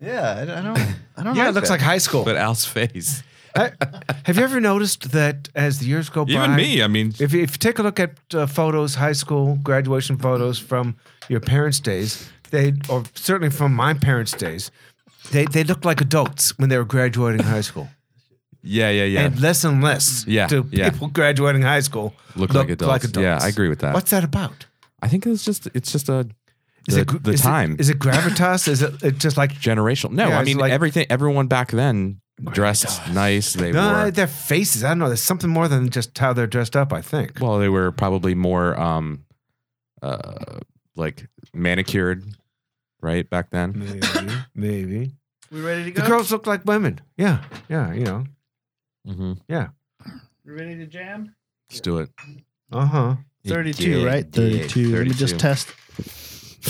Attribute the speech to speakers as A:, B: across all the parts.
A: Yeah, I, I don't. I don't.
B: Yeah, it looks like high school.
C: But Al's face.
B: I, have you ever noticed that as the years go by,
C: Even me. I mean,
B: If, if you take a look at uh, photos, high school graduation photos from your parents' days, they or certainly from my parents' days, they they looked like adults when they were graduating high school,
C: yeah, yeah, yeah.
B: and less and less
C: Yeah,
B: do
C: yeah.
B: people graduating high school
C: Look like adults. Yeah, I agree with that.
B: What's that about?
C: I think it's just it's just a
B: Is
C: the,
B: it gr-
C: the
B: is
C: time
B: It, is it gravitas? is it, it just like
C: generational. No,
B: Yeah,
C: I
B: it's
C: mean
B: like-
C: everything. Everyone back then dressed nice. They
B: uh,
C: were
B: their faces? I don't know. There's something more than just how they're dressed up. I think.
C: well, they were probably more um, uh, like manicured, right back then.
B: Maybe, maybe
A: We ready to
B: the
A: go?
B: girls look like women. Yeah, yeah, you know.
C: Mm-hmm.
A: we ready to jam?
C: Let's do it.
B: Uh huh.
A: Uh-huh.
D: 32, right? 32. Let me just test.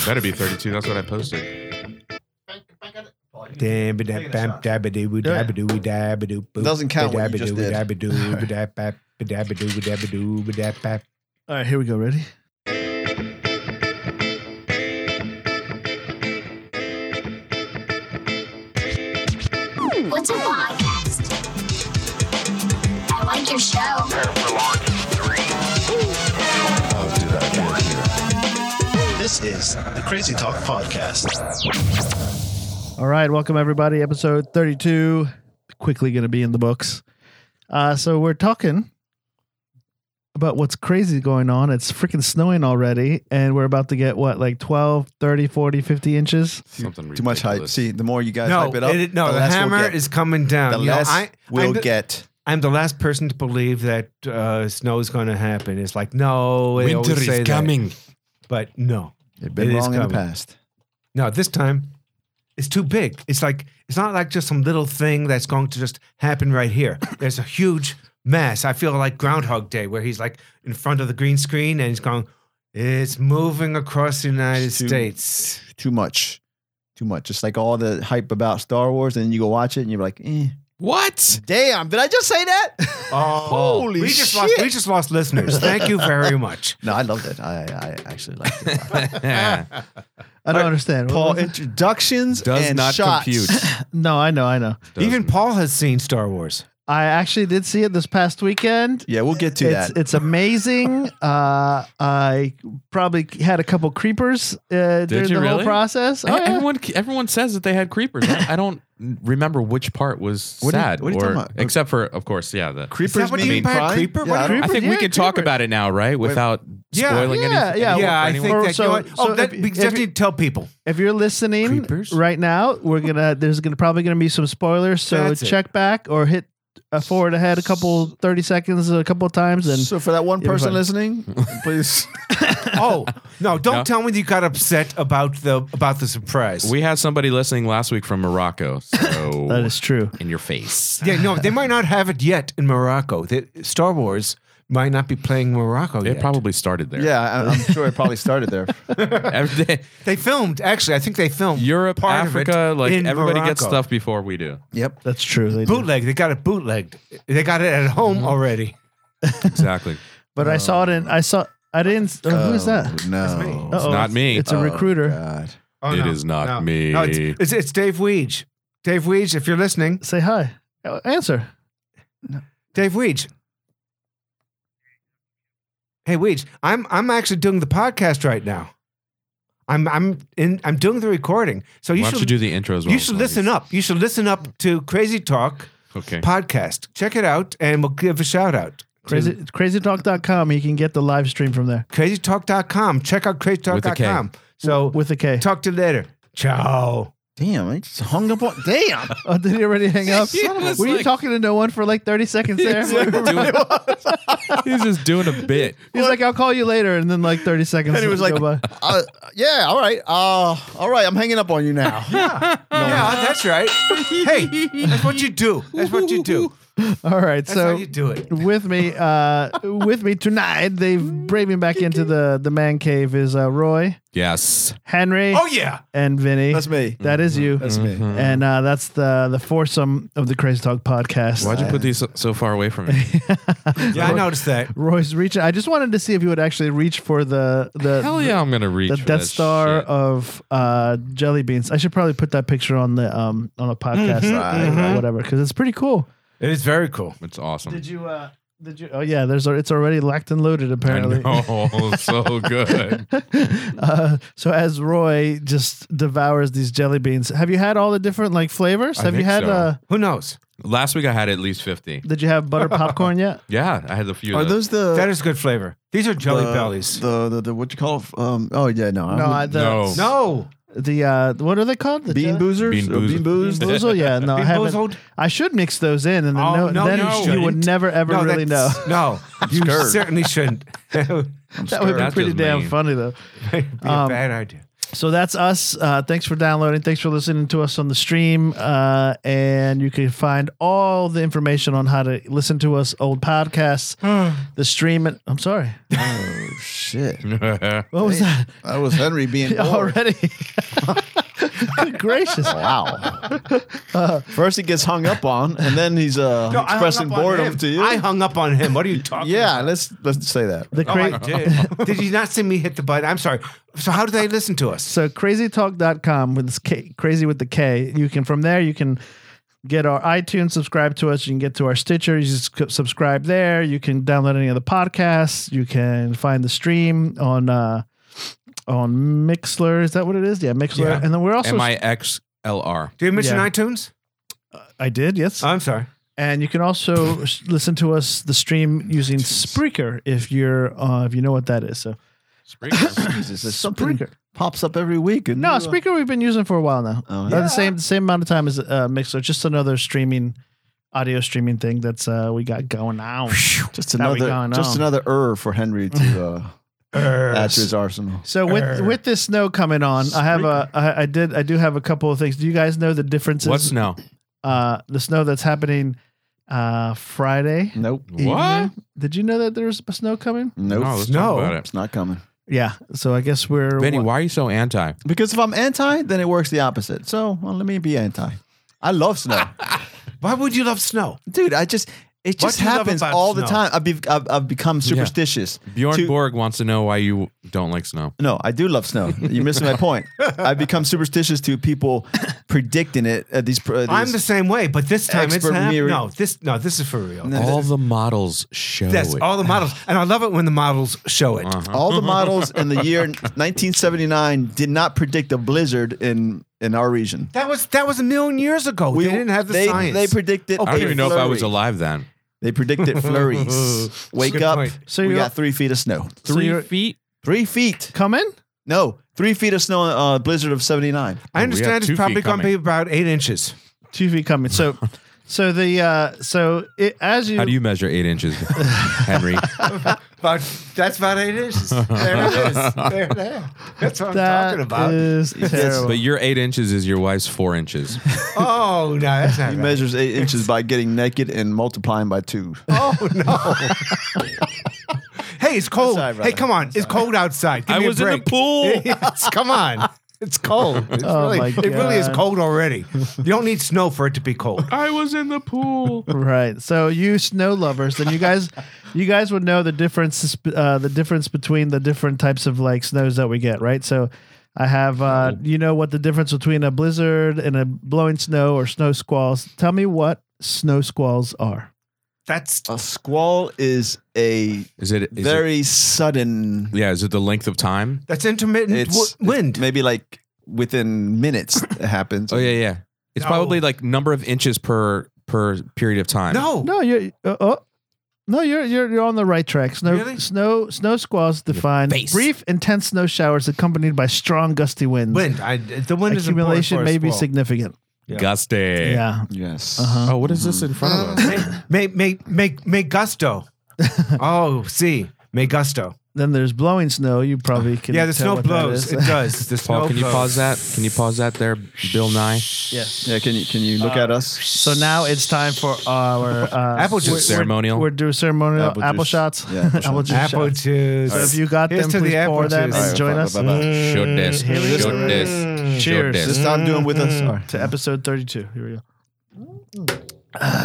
C: Better be thirty-two. That's what I posted.
B: Damn, but
A: Taking
B: that
A: a
B: bam,
A: shot.
B: dabbadoo,
D: Yeah.
B: dabbadoo, dabbadoo, boop.
A: Doesn't count what you just
B: Dabbadoo,
A: did.
B: dabbadoo, dabbap, dabbadoo, dabbadoo, dabbap.
D: All right, here we go. Ready?
E: What's a podcast? I like your show.
F: This is the Crazy Talk Podcast.
D: All right, welcome everybody. Episode 32. Quickly going to be in the books. Uh, so we're talking about what's crazy going on. It's freaking snowing already, and we're about to get what, like 12, 30, 40, 50 inches?
C: Something
A: Too much hype.
C: ridiculous.
A: See, the more you guys
B: No,
A: hype it up,
B: it- no,
A: the,
B: the,
A: less
B: hammer
A: we'll get.
B: is coming down.
A: The
B: You know,
A: less
B: I,
A: we'll
B: I'm the,
A: get.
B: I'm the last person to believe that uh, snow is going to happen. It's like no, they
C: Winter
B: always say
C: is
B: that.
C: coming.
B: but no,
A: You've been
B: It is
A: wrong in the
B: coming.
A: past.
B: no. This time, it's too big. It's like it's not like just some little thing that's going to just happen right here. There's a huge mass. I feel like Groundhog Day, where he's like in front of the green screen and he's going, "It's moving across the United
A: Too-
B: States."
A: Too much. Too much. Just like all the hype about Star Wars, and then you go watch it, and you're like, eh.
C: What?
A: Damn, did I just say that? Holy
B: we just
A: shit.
B: lost we just lost listeners. Thank you very much.
A: no, I loved it. I, I actually liked it.
D: I don't understand. What
A: Paul,
D: was it?
A: introductions
C: Does
A: and
C: not
A: shots.
C: compute.
D: no, I know, I know.
B: Even Paul has seen Star Wars.
D: I actually did see it this past weekend.
A: Yeah, we'll get to
D: it's,
A: that.
D: it's amazing. uh, I probably had a couple creepers uh, during the
C: you
D: whole
C: really?
D: process. Oh,
C: E-
D: yeah.
C: Everyone, everyone says that they had creepers. I, I don't remember which part was
A: What are you-
C: sad,
A: what are you
C: or
A: talking about?
C: except for, of course, yeah. The,
A: Creepers
B: what you
A: made
B: mean by a
A: cry?
B: creeper?
A: Yeah,
B: What
A: I
B: do you-
C: I think we
D: yeah,
C: can talk
D: creepers.
C: about it now, right? Without
B: Yeah,
C: spoiling
D: yeah,
C: anything.
D: yeah,
C: anything
D: well,
B: yeah,
C: for
B: I
C: anyone.
B: think
D: Or
B: that.
D: so-
B: you know what?
D: so
B: oh, that,
D: if-
B: we
D: if-
B: just need to tell people.
D: If you're listening
C: Creepers?
D: right now, we're gonna there's gonna probably gonna be some spoilers. So
B: That's it.
D: check back or hit uh, forward ahead a couple thirty seconds a couple times and
A: so for that one
D: You're
A: person
D: fine.
A: listening, please.
B: Oh no! Don't
C: No?
B: tell me you got upset about the about the surprise.
C: we had somebody listening last week from Morocco, so
D: that is true.
C: in your face.
B: yeah, no, they might not have it yet in Morocco. They, Star Wars might not be playing Morocco
C: It
B: yet.
C: probably started there.
A: Yeah, I- I'm sure it probably started there.
C: Every day-
B: they filmed actually. I think they filmed
C: Europe,
B: part of it
C: Africa, like
B: in
C: everybody gets
B: Morocco.
C: stuff before we do.
A: Yep.
D: That's true. They do.
B: bootleg. They got it bootlegged. They got it at home
C: Mm-hmm.
B: already.
C: Exactly.
D: But I saw it in I saw I didn't. Uh, who is that?
A: Oh, No.
D: Uh-oh,
C: not me. Uh,
D: It's a recruiter.
A: God.
B: Oh,
C: It
B: no,
C: is not
B: no.
C: me.
B: No, it's, oh, it's, it's Dave Weege. Dave Weege, if you're listening,
D: Say hi. Uh, Answer.
B: Dave Weege. Hey Weege, I'm I'm actually doing the podcast right now. I'm I'm in I'm doing the recording. So you
C: Why don't
B: should
C: you do the intro as well?
B: you should listen up. You should listen up to Crazy Talk
C: Okay.
B: podcast. Check it out and we'll give a shout out.
D: Crazy,
B: to
D: crazytalk.com. You can get the live stream from there
B: crazytalk.com. Check out
C: With a K.
B: crazytalk.com. So
D: with a K.
B: talk to you later. Ciao.
A: Damn, I just hung up on. Damn.
D: Oh, did he already hang up?
C: Yeah, it's
D: Were you
C: like-
D: talking to no one for like 30 seconds there?
C: He's like doing- he's just doing a bit.
D: He's like, I'll call you later. And then like 30 seconds.
A: And he was
D: go
A: like,
D: by.
A: uh, yeah, all right. Uh, all right, I'm hanging up on you now.
B: Yeah, that's right. Hey, that's what you do. That's what you do.
D: All right,
B: That's
D: so
B: how you do it.
D: with me uh with me tonight they've braving back into the the man cave is uh roy
C: Yes.
D: henry
B: Oh yeah.
D: and vinny
A: That's me.
D: That is you
A: That's me.
C: Mm-hmm.
D: and uh that's the the foursome of the crazy talk podcast
C: Why'd you put these so- so far away from me?
B: Yeah, I noticed that.
D: roy's reaching i just wanted to see if you would actually reach for the the
C: Hell yeah, I'm gonna reach.
D: the
C: for
D: Death
C: that
D: Star
C: shit.
D: of uh, jelly beans. I should probably put that picture on the um on a podcast,
A: Right,
D: or whatever, because it's pretty cool.
B: It is very cool.
C: it's awesome.
D: Did you? uh Did you? Oh yeah, there's it's already lacked and loaded
C: I
D: apparently.
C: know, so good.
D: uh, so as Roy just devours these jelly beans, have you had all the different like flavors?
C: I
D: have you
C: think
D: had?
C: so.
D: Uh,
B: Who knows?
C: Last week I had at least fifty.
D: did you have butter popcorn yet?
C: Yeah, I had a few.
A: Are
C: of those?
A: those
D: Uh,
A: the
B: That is good flavor. These are jelly
A: the-
B: bellies.
A: The, the the what you call? it? Um. Oh yeah. No.
D: no,
A: I
D: I- the,
C: No.
B: no.
D: The uh, what are they called? The
A: bean
D: jelly-
A: boozers.
C: Bean
A: Or
C: boozers.
A: Bean boozers.
D: Bean boozled? Yeah, no, I
B: Bean
D: haven't.
B: boozled?
D: I should mix those in, and then,
B: Oh,
D: no,
B: no,
D: then
B: you
D: you, would
B: shouldn't.
D: never ever
B: no,
D: really know.
B: that's- No, you
A: scared.
B: certainly shouldn't. that would
D: That would be
C: That's
D: pretty
C: just
D: damn Um,
C: mean.
D: funny though.
B: be a bad idea.
D: So that's us. Uh, thanks for downloading. Thanks for listening to us on the stream. Uh, and you can find all the information on how to listen to us, old podcasts, the stream. And, I'm sorry.
A: Oh shit.
D: What was that
A: That was Henry being bored.
D: already? Good gracious.
A: Wow. First he gets hung up on, and then he's uh,
B: No, I hung
A: expressing
B: up on
A: boredom
B: him.
A: to you.
B: I hung up on him. What are you talking?
A: yeah. Let's let's say that.
D: The
B: About?
D: cra-
B: Oh, I did. did you not see me hit the button? I'm sorry. So how do they listen to us?
D: so crazytalk.com with this K, crazy with the K. You can from there you can get our iTunes, subscribe to us. You can get to our Stitcher. You just c- subscribe there. You can download any of the podcasts. You can find the stream on uh on Mixler. Is that what it is? Yeah, Mixler.
B: Yeah.
D: And then we're also
C: M I X L R.
B: Do you mention
D: Yeah.
B: iTunes? Oh,
D: I did, yes.
B: I'm sorry.
D: and you can also s- listen to us the stream using Spreaker if you're uh, if you know what that is. So
A: Jesus, there's something
D: Spreaker.
A: pops up every week. And
D: No,
A: you, uh,
D: Spreaker we've been using for a while now.
A: Oh,
D: Uh,
A: yeah.
D: the same the same amount of time as uh, Mixler, just another streaming, audio streaming thing that's uh, we got going on.
A: Just
D: Now we
A: another,
D: going
A: just
D: on.
A: another er for Henry to uh, add to his arsenal.
D: So with with this snow coming on, I have a I, I did I do have a couple of things. Do you guys know the differences?
C: What's now?
D: uh, the snow that's happening uh, Friday?
A: Nope,
D: evening? Did you know that there was snow coming?
A: nope,
C: No, let's
B: No.
C: talk about it.
A: it's not coming.
D: Yeah. So I guess we're
C: Benny, why are you so anti?
A: Because if I'm anti, then it works the opposite. So well, let me be anti. I love snow,
B: Why would you love snow?
A: dude. I just
B: What
A: it just
B: do you love
A: happens
B: about
A: all the
B: snow?
A: time. I've, be, I've I've become superstitious.
C: Bjorn
A: to-
C: Borg wants to know why you don't like snow.
A: No, I do love snow. You're missing my point. I've become superstitious to people predicting it. Uh, these, pr- uh, these
B: I'm the same way, but this time it's
A: Expert
B: hap-
A: mirror-
B: no. This no. This is for real.
A: No.
C: All the models show
B: That's
C: it.
B: all the models, and I love it when the models show it.
A: all the models in the year 1979 did not predict a blizzard in in our region.
B: That was that was a million years ago.
A: We
B: they didn't have the
A: they,
B: science.
A: They predicted.
C: I don't
A: a
C: even know if I was
A: flurry.
C: alive then.
A: They predicted flurries. Wake
B: Good
A: up.
B: point.
D: So
A: we
D: you're-
A: got three feet of snow.
D: So you're-
C: feet.
A: Three feet.
D: coming?
A: No, three feet of snow. Uh, blizzard of '79.
B: I
C: have
B: understand
C: two feet
B: it's probably going to be
C: coming.
B: about eight inches.
D: Two feet coming. So so the uh, so it, as
C: How do you measure eight inches, Henry?
B: About that's about eight inches. There it is. There it is. That's what I'm
D: that
B: talking about.
D: is terrible.
C: but your eight inches is your wife's four inches.
B: oh no, that's not
A: He
B: right.
A: measures eight inches by getting naked and multiplying by two.
B: Oh no. hey, it's cold.
A: Sorry, brother.
B: hey, come on. It's cold outside. Give me a break.
C: pool.
B: Yes, come on. It's cold. It's
D: Oh,
B: really,
D: my
B: It really is
D: God.
B: cold already. You don't need snow for it to be cold.
C: I was in the pool.
D: Right. So you snow lovers, then you guys, you guys would know the difference, uh, the difference between the different types of like snows that we get, right? So I have, uh, you know, what the difference between a blizzard and a blowing snow or snow squalls. Tell me what snow squalls are.
B: That's
A: A squall is a
C: Is it is It,
A: very sudden.
C: yeah. Is it the length of time?
B: that's intermittent
A: It's
B: w- wind.
A: Maybe like within minutes it happens.
C: Oh yeah, yeah. It's
B: No.
C: probably like number of inches per per period of time.
B: no.
D: No, you're, uh, oh, no, you're, you're, you're on the right track. Snow,
B: Really?
D: snow, snow squalls define
C: face.
D: brief, intense snow showers accompanied by strong gusty winds.
B: Wind. I, the wind is important for
D: Accumulation
B: a
D: may be
B: squall.
D: significant.
C: Gusty.
D: Yeah.
A: Yes.
D: Uh-huh.
C: Oh, what is this in front of us?
B: May, may, may, may, may gusto. oh, see, may gusto.
D: Then there's blowing snow. You probably can.
B: yeah, the
D: tell
B: snow
D: what that
B: blows.
D: is.
B: It does. The
C: Paul,
B: snow
C: can you
B: blows.
C: pause that? Can you pause that there, Bill Nye?
D: yes.
A: Yeah, can you can you look at us?
D: So now it's time for our uh,
B: Apple juice
D: we're- we're-
C: Ceremonial.
D: We're doing ceremonial
A: Apple
D: apple,
A: juice.
D: shots.
A: Yeah, apple
D: apple
A: shots.
D: juice.
B: Apple
D: shots.
B: juice.
D: So if you got
B: Here's
D: them,
B: to the
D: please
B: apple
D: pour them
C: Uh,
B: juice.
A: All
D: and join
A: right, bye,
D: us
A: bye, bye, bye.
C: Shoot this.
D: Here we
C: Shoot
D: go.
C: this. Shoot
D: Cheers.
A: Just
C: this.
A: stop doing with us. All right.
D: to episode 32. Here we go.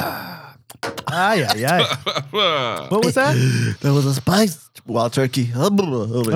D: Ah, yeah, yeah. What was that?
A: That was a spice wild turkey.
D: That's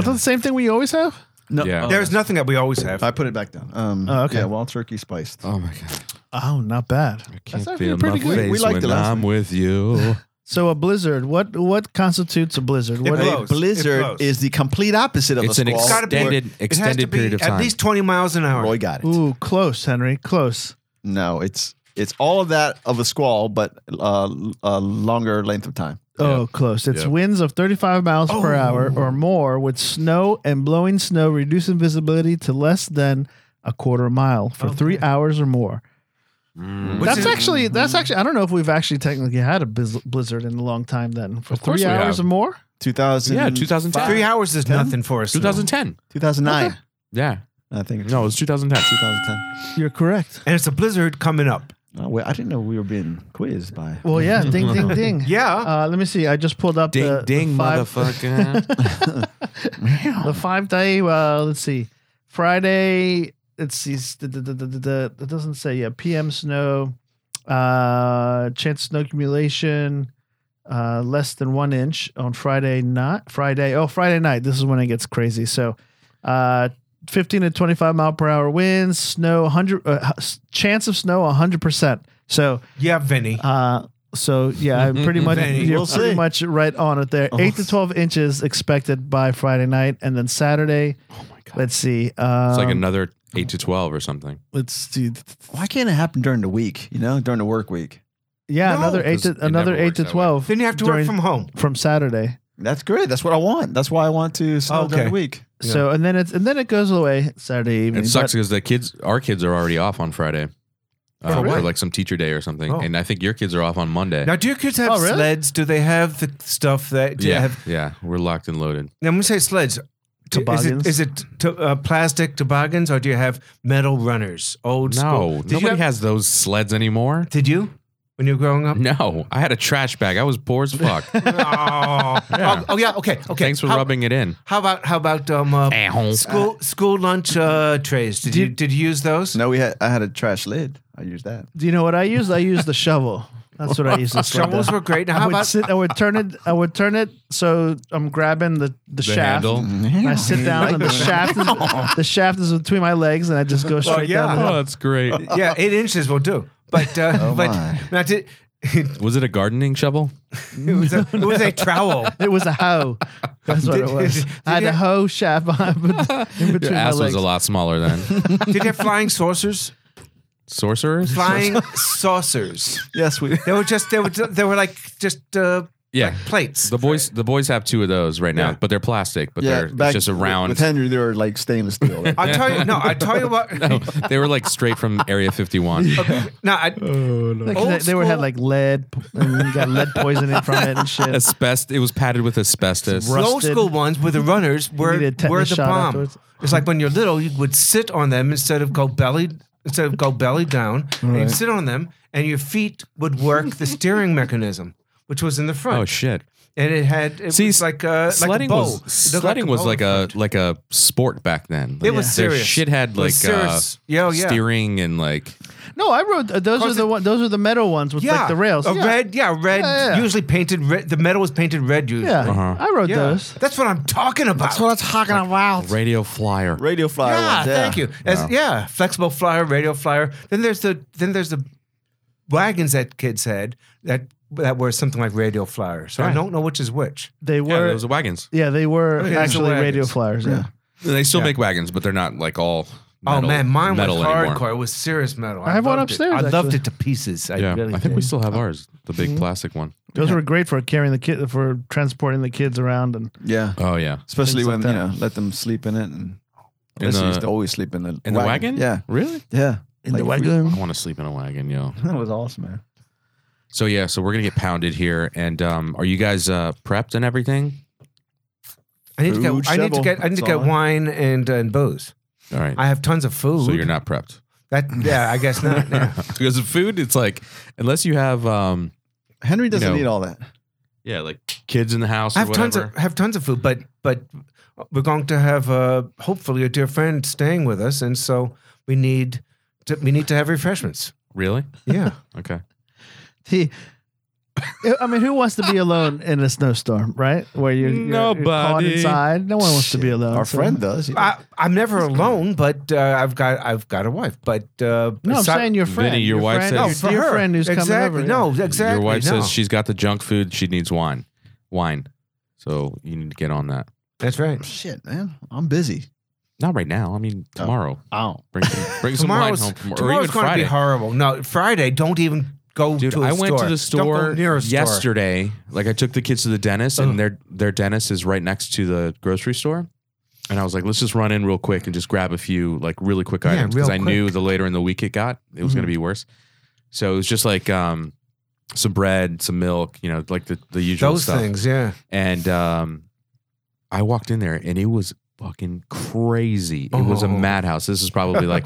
D: the same thing we always have.
A: No,
C: Yeah.
B: There's nothing that we always have.
A: I put it back down. Um,
D: Oh, okay.
A: Yeah, wild turkey spiced.
C: Oh my god!
D: Oh, not bad.
C: I can't
D: actually
C: feel my
D: pretty good.
A: We-
C: face
A: we liked it
C: when
A: last
C: I'm with you.
D: So a blizzard. What what constitutes a blizzard? What
B: blows.
A: A
B: It
A: blizzard
B: blows.
A: is the complete opposite of
C: It's
A: a
C: an
A: squall.
B: gotta be-
C: extended
B: it has to
C: extended
B: be
C: period of time.
B: at least 20 miles an hour.
A: Roy got it.
D: Ooh, close, Henry. Close.
A: No, it's it's all of that of a squall, but uh, a longer length of time.
D: Oh, close. It's
C: Yeah. Oh.
D: winds of 35 miles per hour or more with snow and blowing snow reducing visibility to less than a quarter mile for 3 hours or more.
B: Which
D: that's
B: is-
D: actually
C: Mm-hmm.
D: that's actually I don't know if we've actually technically had a biz- blizzard in a long time then. For
C: course
D: 3
C: we
D: hours
C: have.
D: or more?
A: Two thousand.
C: yeah, 2010.
B: Three hours is nothing for us.
C: 2010.
A: Two thousand nine.
C: Yeah.
A: I think.
C: No, it was 2010.
A: Two thousand ten.
D: You're correct.
B: And it's a blizzard coming up.
A: Oh, wait, I didn't know we were being quizzed by.
D: Well, yeah, ding, ding, ding.
B: Yeah.
D: Uh, let me see. I just pulled up
C: Ding,
D: the,
C: ding,
D: the five,
C: motherfucker.
D: the five day. Well, let's see. Friday. Let's see. s- The, the, the, the, the- it doesn't say. Yeah, PM snow. Uh, chance of snow accumulation. Uh, less than one inch on Friday night. Friday. Oh, Friday night. This is when it gets crazy. So, uh, 15 to 25 mile per hour winds. Snow 100. Uh, h- s- chance of snow 100 percent. So
B: Yeah, Vinny.
D: uh, so yeah, I'm pretty much
B: Vinny.
D: you're
A: We'll
D: pretty
A: see.
D: much right on it there. Eight
C: Oh.
D: to twelve inches expected by Friday night, and then Saturday.
C: oh my god.
D: Let's see. Um,
C: It's like another 8 to 12 or something.
D: let's see.
A: Why can't it happen during the week? You know, during the work week.
D: Yeah,
B: No,
D: another eight
C: 'cause
D: to
C: it
D: another
C: never
D: eight
C: works
D: to
C: that way.
D: twelve
B: Then you have to
D: during-
B: work from home.
D: from Saturday.
A: That's great. That's what I want. That's why I want to snow during
B: Okay.
A: the week.
D: So and then it's and then it goes away Saturday evening.
C: It sucks
D: but-
C: because the kids, our kids are already off on Friday. Uh,
B: really?
C: For like some teacher day or something,
B: Oh.
C: and I think your kids are off on Monday.
B: Now, do your kids have
D: Oh, really?
B: sleds? Do they have the stuff that do they
C: yeah,
B: have?
C: yeah, we're locked and loaded.
B: Now, when we say sleds, do-
D: Toboggans.
B: Is it, is it to, uh, plastic toboggans or do you have metal runners? Old school.
C: No,
B: Did you
C: nobody
B: have-
C: has those sleds anymore.
B: Did you when you were growing up?
C: No, I had a trash bag. I was poor as fuck.
B: oh. Oh, oh, yeah. Okay. Okay.
C: Thanks for
B: how,
C: rubbing it in.
B: How about how about um uh,
C: Ow.
B: school school lunch uh, trays? Did you did you use those?
A: No, we had. I had a trash lid. I used that.
D: do you know what I used? I used the shovel. That's what I used. to sled
B: Shovels
D: down.
B: were great. Now,
D: I
B: how
D: would
B: about
D: sit. I would turn it. I would turn it. So I'm grabbing the the,
C: The
D: shaft.
C: handle.
D: And I sit down and the shaft is the shaft is between my legs and I just go straight
B: yeah.
D: down. the
C: Oh, that's great.
B: yeah, eight inches will do. But uh, but
A: my.
B: now did, it
C: Was it a gardening shovel?
B: was a, it was a trowel.
D: It was a hoe. That's what it was.
B: Did
D: I had
B: you-
D: a hoe shaft behind, in between
C: Your
D: my
C: ass was
D: legs.
C: a lot smaller then.
B: Did you have flying saucers?
C: Sorcerers?
B: Flying saucers.
A: Yes, we.
B: They were just they were they were like just uh,
C: Yeah.
B: plates.
C: The boys the boys have two of those right now,
B: Yeah.
C: but they're plastic, but they're
A: back
C: it's just a
A: With
C: round.
A: Henry, they were like stainless steel.
B: I tell you no. I tell you what.
C: No, they were like straight from Area 51.
B: No, I,
D: Like,
B: Old
D: they, they were
B: school-
D: had like lead p- and you got lead poisoning from it and shit.
C: Asbest it was padded with asbestos.
D: Right.
B: the old
D: Rusted.
B: school ones with the runners were
D: needed a tetanus
B: were the
D: shot
B: bomb.
D: afterwards.
B: It's like when you're little, you would sit on them instead of go belly instead of go belly down. and You'd sit on them, and your feet would work the steering mechanism, which was in the front.
C: Oh shit.
B: And it had it
C: See,
B: was like a
C: sledding
B: like a bowl. It
C: was
B: looked
C: sledding
B: like a
C: was
B: bowl
C: like
B: in
C: a
B: front.
C: like a sport back then.
B: It was
C: Their
B: serious.
C: Shit had
B: It was
C: like uh,
B: serious. Yeah, oh, yeah.
C: steering and like
D: No, I rode uh, those are
B: Cause
D: the
B: it-
D: one, those are the metal ones with
B: yeah,
D: like the rails.
B: A
D: yeah.
B: red, yeah, red.
D: Yeah, yeah.
B: Usually painted red. The metal was painted red. Usually,
D: Yeah,
C: Uh-huh.
D: I rode
B: Yeah.
D: those.
B: That's what I'm talking about.
D: talking about.
C: radio flyer.
A: Radio flyer.
B: Yeah,
A: ones, yeah.
B: thank you. As, Yeah, flexible flyer, radio flyer. Then there's the then there's the wagons that kids had that that were something like radio flyer. So I
C: Right.
B: don't know which is which.
D: They
C: Yeah,
D: were. Yeah,
C: those are wagons.
D: they were
B: Okay, those are
D: actually
B: wagons.
D: radio flyers. Yeah.
C: They still
B: Yeah.
C: make wagons, but they're not like all. metal-
B: oh man, mine was
C: metal
B: hardcore.
C: anymore.
B: It was serious metal.
D: I have one
B: loved it.
D: upstairs,
B: I loved
D: actually.
B: it to pieces. I
C: Yeah,
B: really
C: I think we
B: did.
C: still have ours, the
B: Mm-hmm.
C: big plastic one.
D: Those were great for carrying the kid for transporting the kids around and
A: Yeah.
C: Oh yeah,
A: Especially
D: Things like
A: when you know, let them sleep in it, and Alyssa
C: the-
A: used to always sleep in the
C: in the wagon.
A: Yeah,
C: really.
A: yeah, in
D: the
C: I want to sleep in a wagon, yo.
A: That was awesome, man.
C: So yeah, so we're gonna get pounded here, and um, are you guys uh, prepped and everything?
B: I I need to
A: Food
B: get. I need to
A: shovel.
B: get. I need to
A: That's
B: get
A: all I-
B: wine and and booze.
C: All right.
B: I have tons of food.
C: so you're not prepped.
B: That yeah, I guess not. yeah.
C: because of food, it's like unless you have um
A: Henry doesn't
C: know.
A: need all that.
C: yeah, like kids in the house
B: I
C: or
B: have
C: whatever.
B: tons of have tons of food, but but we're going to have uh, hopefully a dear friend staying with us, and so we need to, we need to have refreshments.
C: really?
B: Yeah,
C: Okay.
D: He, I mean, who wants to be alone in a snowstorm, right? Where you're, you're- you're caught
C: Nobody.
D: inside. No one wants to be
A: Shit.
D: alone.
A: Our
D: so-
A: friend does. you know.
B: I, I'm never alone, but uh, I've got I've got a wife. But uh,
D: No, I'm
B: aside-
D: saying your friend.
C: Vinny, your wife
D: friend,
C: says-
B: no,
D: your
B: for
D: dear
B: her.
D: friend who's
B: exactly.
D: coming over. yeah.
B: No, exactly.
C: Your wife
B: no.
C: says she's got the junk food, she needs wine. Wine. So you need to get on that.
B: That's right.
A: "Oh, Shit, man, I'm busy.
C: Not right now. I mean tomorrow.
A: Oh,
C: Bring some bring some wine
B: Tomorrow's
C: home from, or even
B: tomorrow's going to be
C: Friday.
B: horrible. No, Friday. Don't even go
C: Dude,
B: to. a
C: I went to
B: Don't
C: the
B: go
C: store
B: near a store.
C: yesterday. Like I took the kids to the dentist,
B: Ugh.
C: and their their dentist is right next to the grocery store. And I was like, let's just run in real quick and just grab a few like really quick
B: Yeah,
C: items because
B: real
C: I
B: quick. Mm-hmm.
C: knew the later in the week it got, it was going to be worse. So it was just like um, some bread, some milk, you know, like the the usual
B: Those
C: stuff.
B: things, yeah.
C: And um, I walked in there, and it was fucking crazy. It was a
B: Oh.
C: madhouse. This is probably like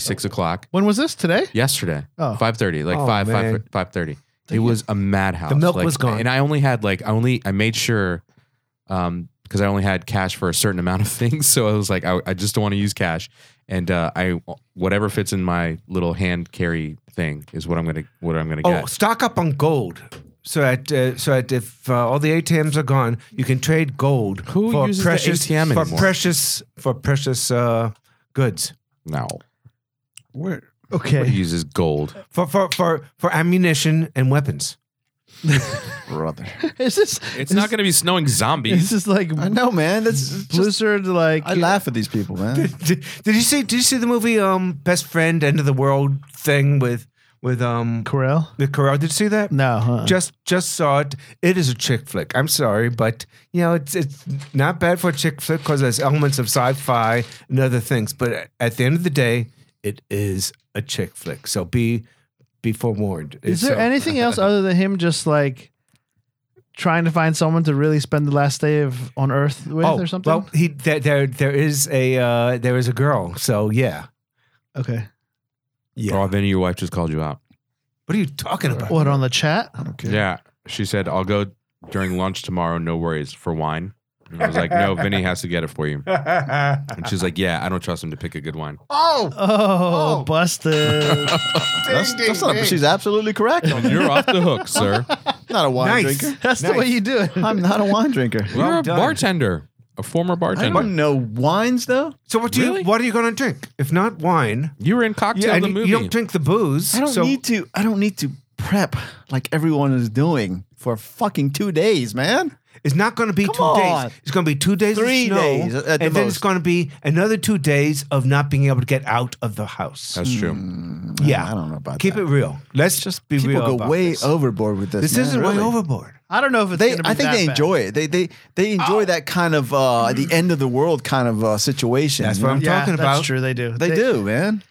C: 6 o'clock
D: When was this today?
C: yesterday.
D: Oh.
C: Five thirty, like
B: Oh,
C: five
B: man.
C: five five thirty. It was a madhouse.
B: The milk
C: Like,
B: was gone.
C: and I only had like I only I made sure, um, because I only had cash for a certain amount of things. So I was like, I, I just don't want to use cash, and uh, I whatever fits in my little hand carry thing is what I'm gonna what I'm gonna
B: Oh,
C: get.
B: stock up on gold. So that uh, so that if uh, all the ATMs are gone, you can trade gold
C: Who
B: for
C: uses the
B: precious
C: ATM
B: for
C: anymore?
B: precious for precious uh, goods
C: No,
A: where?
C: Nobody
D: Okay.
C: uses gold.
B: for for for for ammunition and weapons.
A: Brother.
D: Is this?
C: It's
D: is,
C: not gonna be snowing
D: This
C: zombies.
D: is like
A: I know, man. That's it's just,
D: Blizzard. Like
A: I laugh at these people, man.
B: Did, did you see Did you see the movie um Best Friend End of the World thing with with um
D: Corel.
B: the Corral? Did you see that?
D: No. Huh?
B: Just just saw it. It is a chick flick. I'm sorry, but you know it's it's not bad for a chick flick because there's elements of sci-fi and other things. But at the end of the day, it is a chick flick. So be be forewarned.
D: Is there
B: So-
D: anything else other than him just like trying to find someone to really spend the last day of on Earth with
B: Oh,
D: or something?
B: well, he there there, there is a uh, there is a girl. So yeah,
D: okay.
B: yeah.
C: Oh, then your wife just called you out.
B: What are you talking about?
D: What on the chat?
A: Okay.
C: Yeah, she said I'll go during lunch tomorrow. No worries for wine. And I was like, no, Vinny has to get it for you. And she's like, yeah, I don't trust him to pick a good wine.
B: oh,
D: Oh,
B: Oh.
D: busted.
A: That's, that's not. she's absolutely correct. on that.
C: You're off the hook, sir.
A: not a wine
B: Nice.
A: drinker.
D: That's the
B: Nice.
D: way you do it.
A: I'm not a wine drinker.
C: You're a
B: done.
C: bartender, a former
A: I
C: bartender.
A: don't know wines though.
B: so what do
C: Really?
B: you what are you going to drink if not wine?
C: You were in Cocktail
B: and
C: the
B: you-
C: movie.
B: you don't drink the booze.
A: I don't
B: so
A: need to. I don't need to prep like everyone is doing for fucking two days, man.
B: It's not going to be
A: Come
B: two
A: on.
B: days. It's going to be two days
A: Three
B: of snow,
A: days at the
B: and then it's
A: most.
B: going to be another two days of not being able to get out of the house.
C: That's true.
B: yeah,
A: I don't know about
B: Keep
A: that.
B: it real. Let's just be
A: People
B: real.
A: go
B: about
A: way
B: this.
A: overboard with this.
B: This
A: man,
B: isn't
A: really.
B: way overboard.
D: I don't know if it's
A: They,
D: gonna be
A: I think
D: that
A: they
D: bad.
A: enjoy it. They they they enjoy that kind of uh, the end of the world kind of uh, situation.
B: That's
A: you
B: what
A: know?
B: I'm
D: Yeah,
B: talking
D: that's
B: about.
D: true. They do.
A: they, do, man.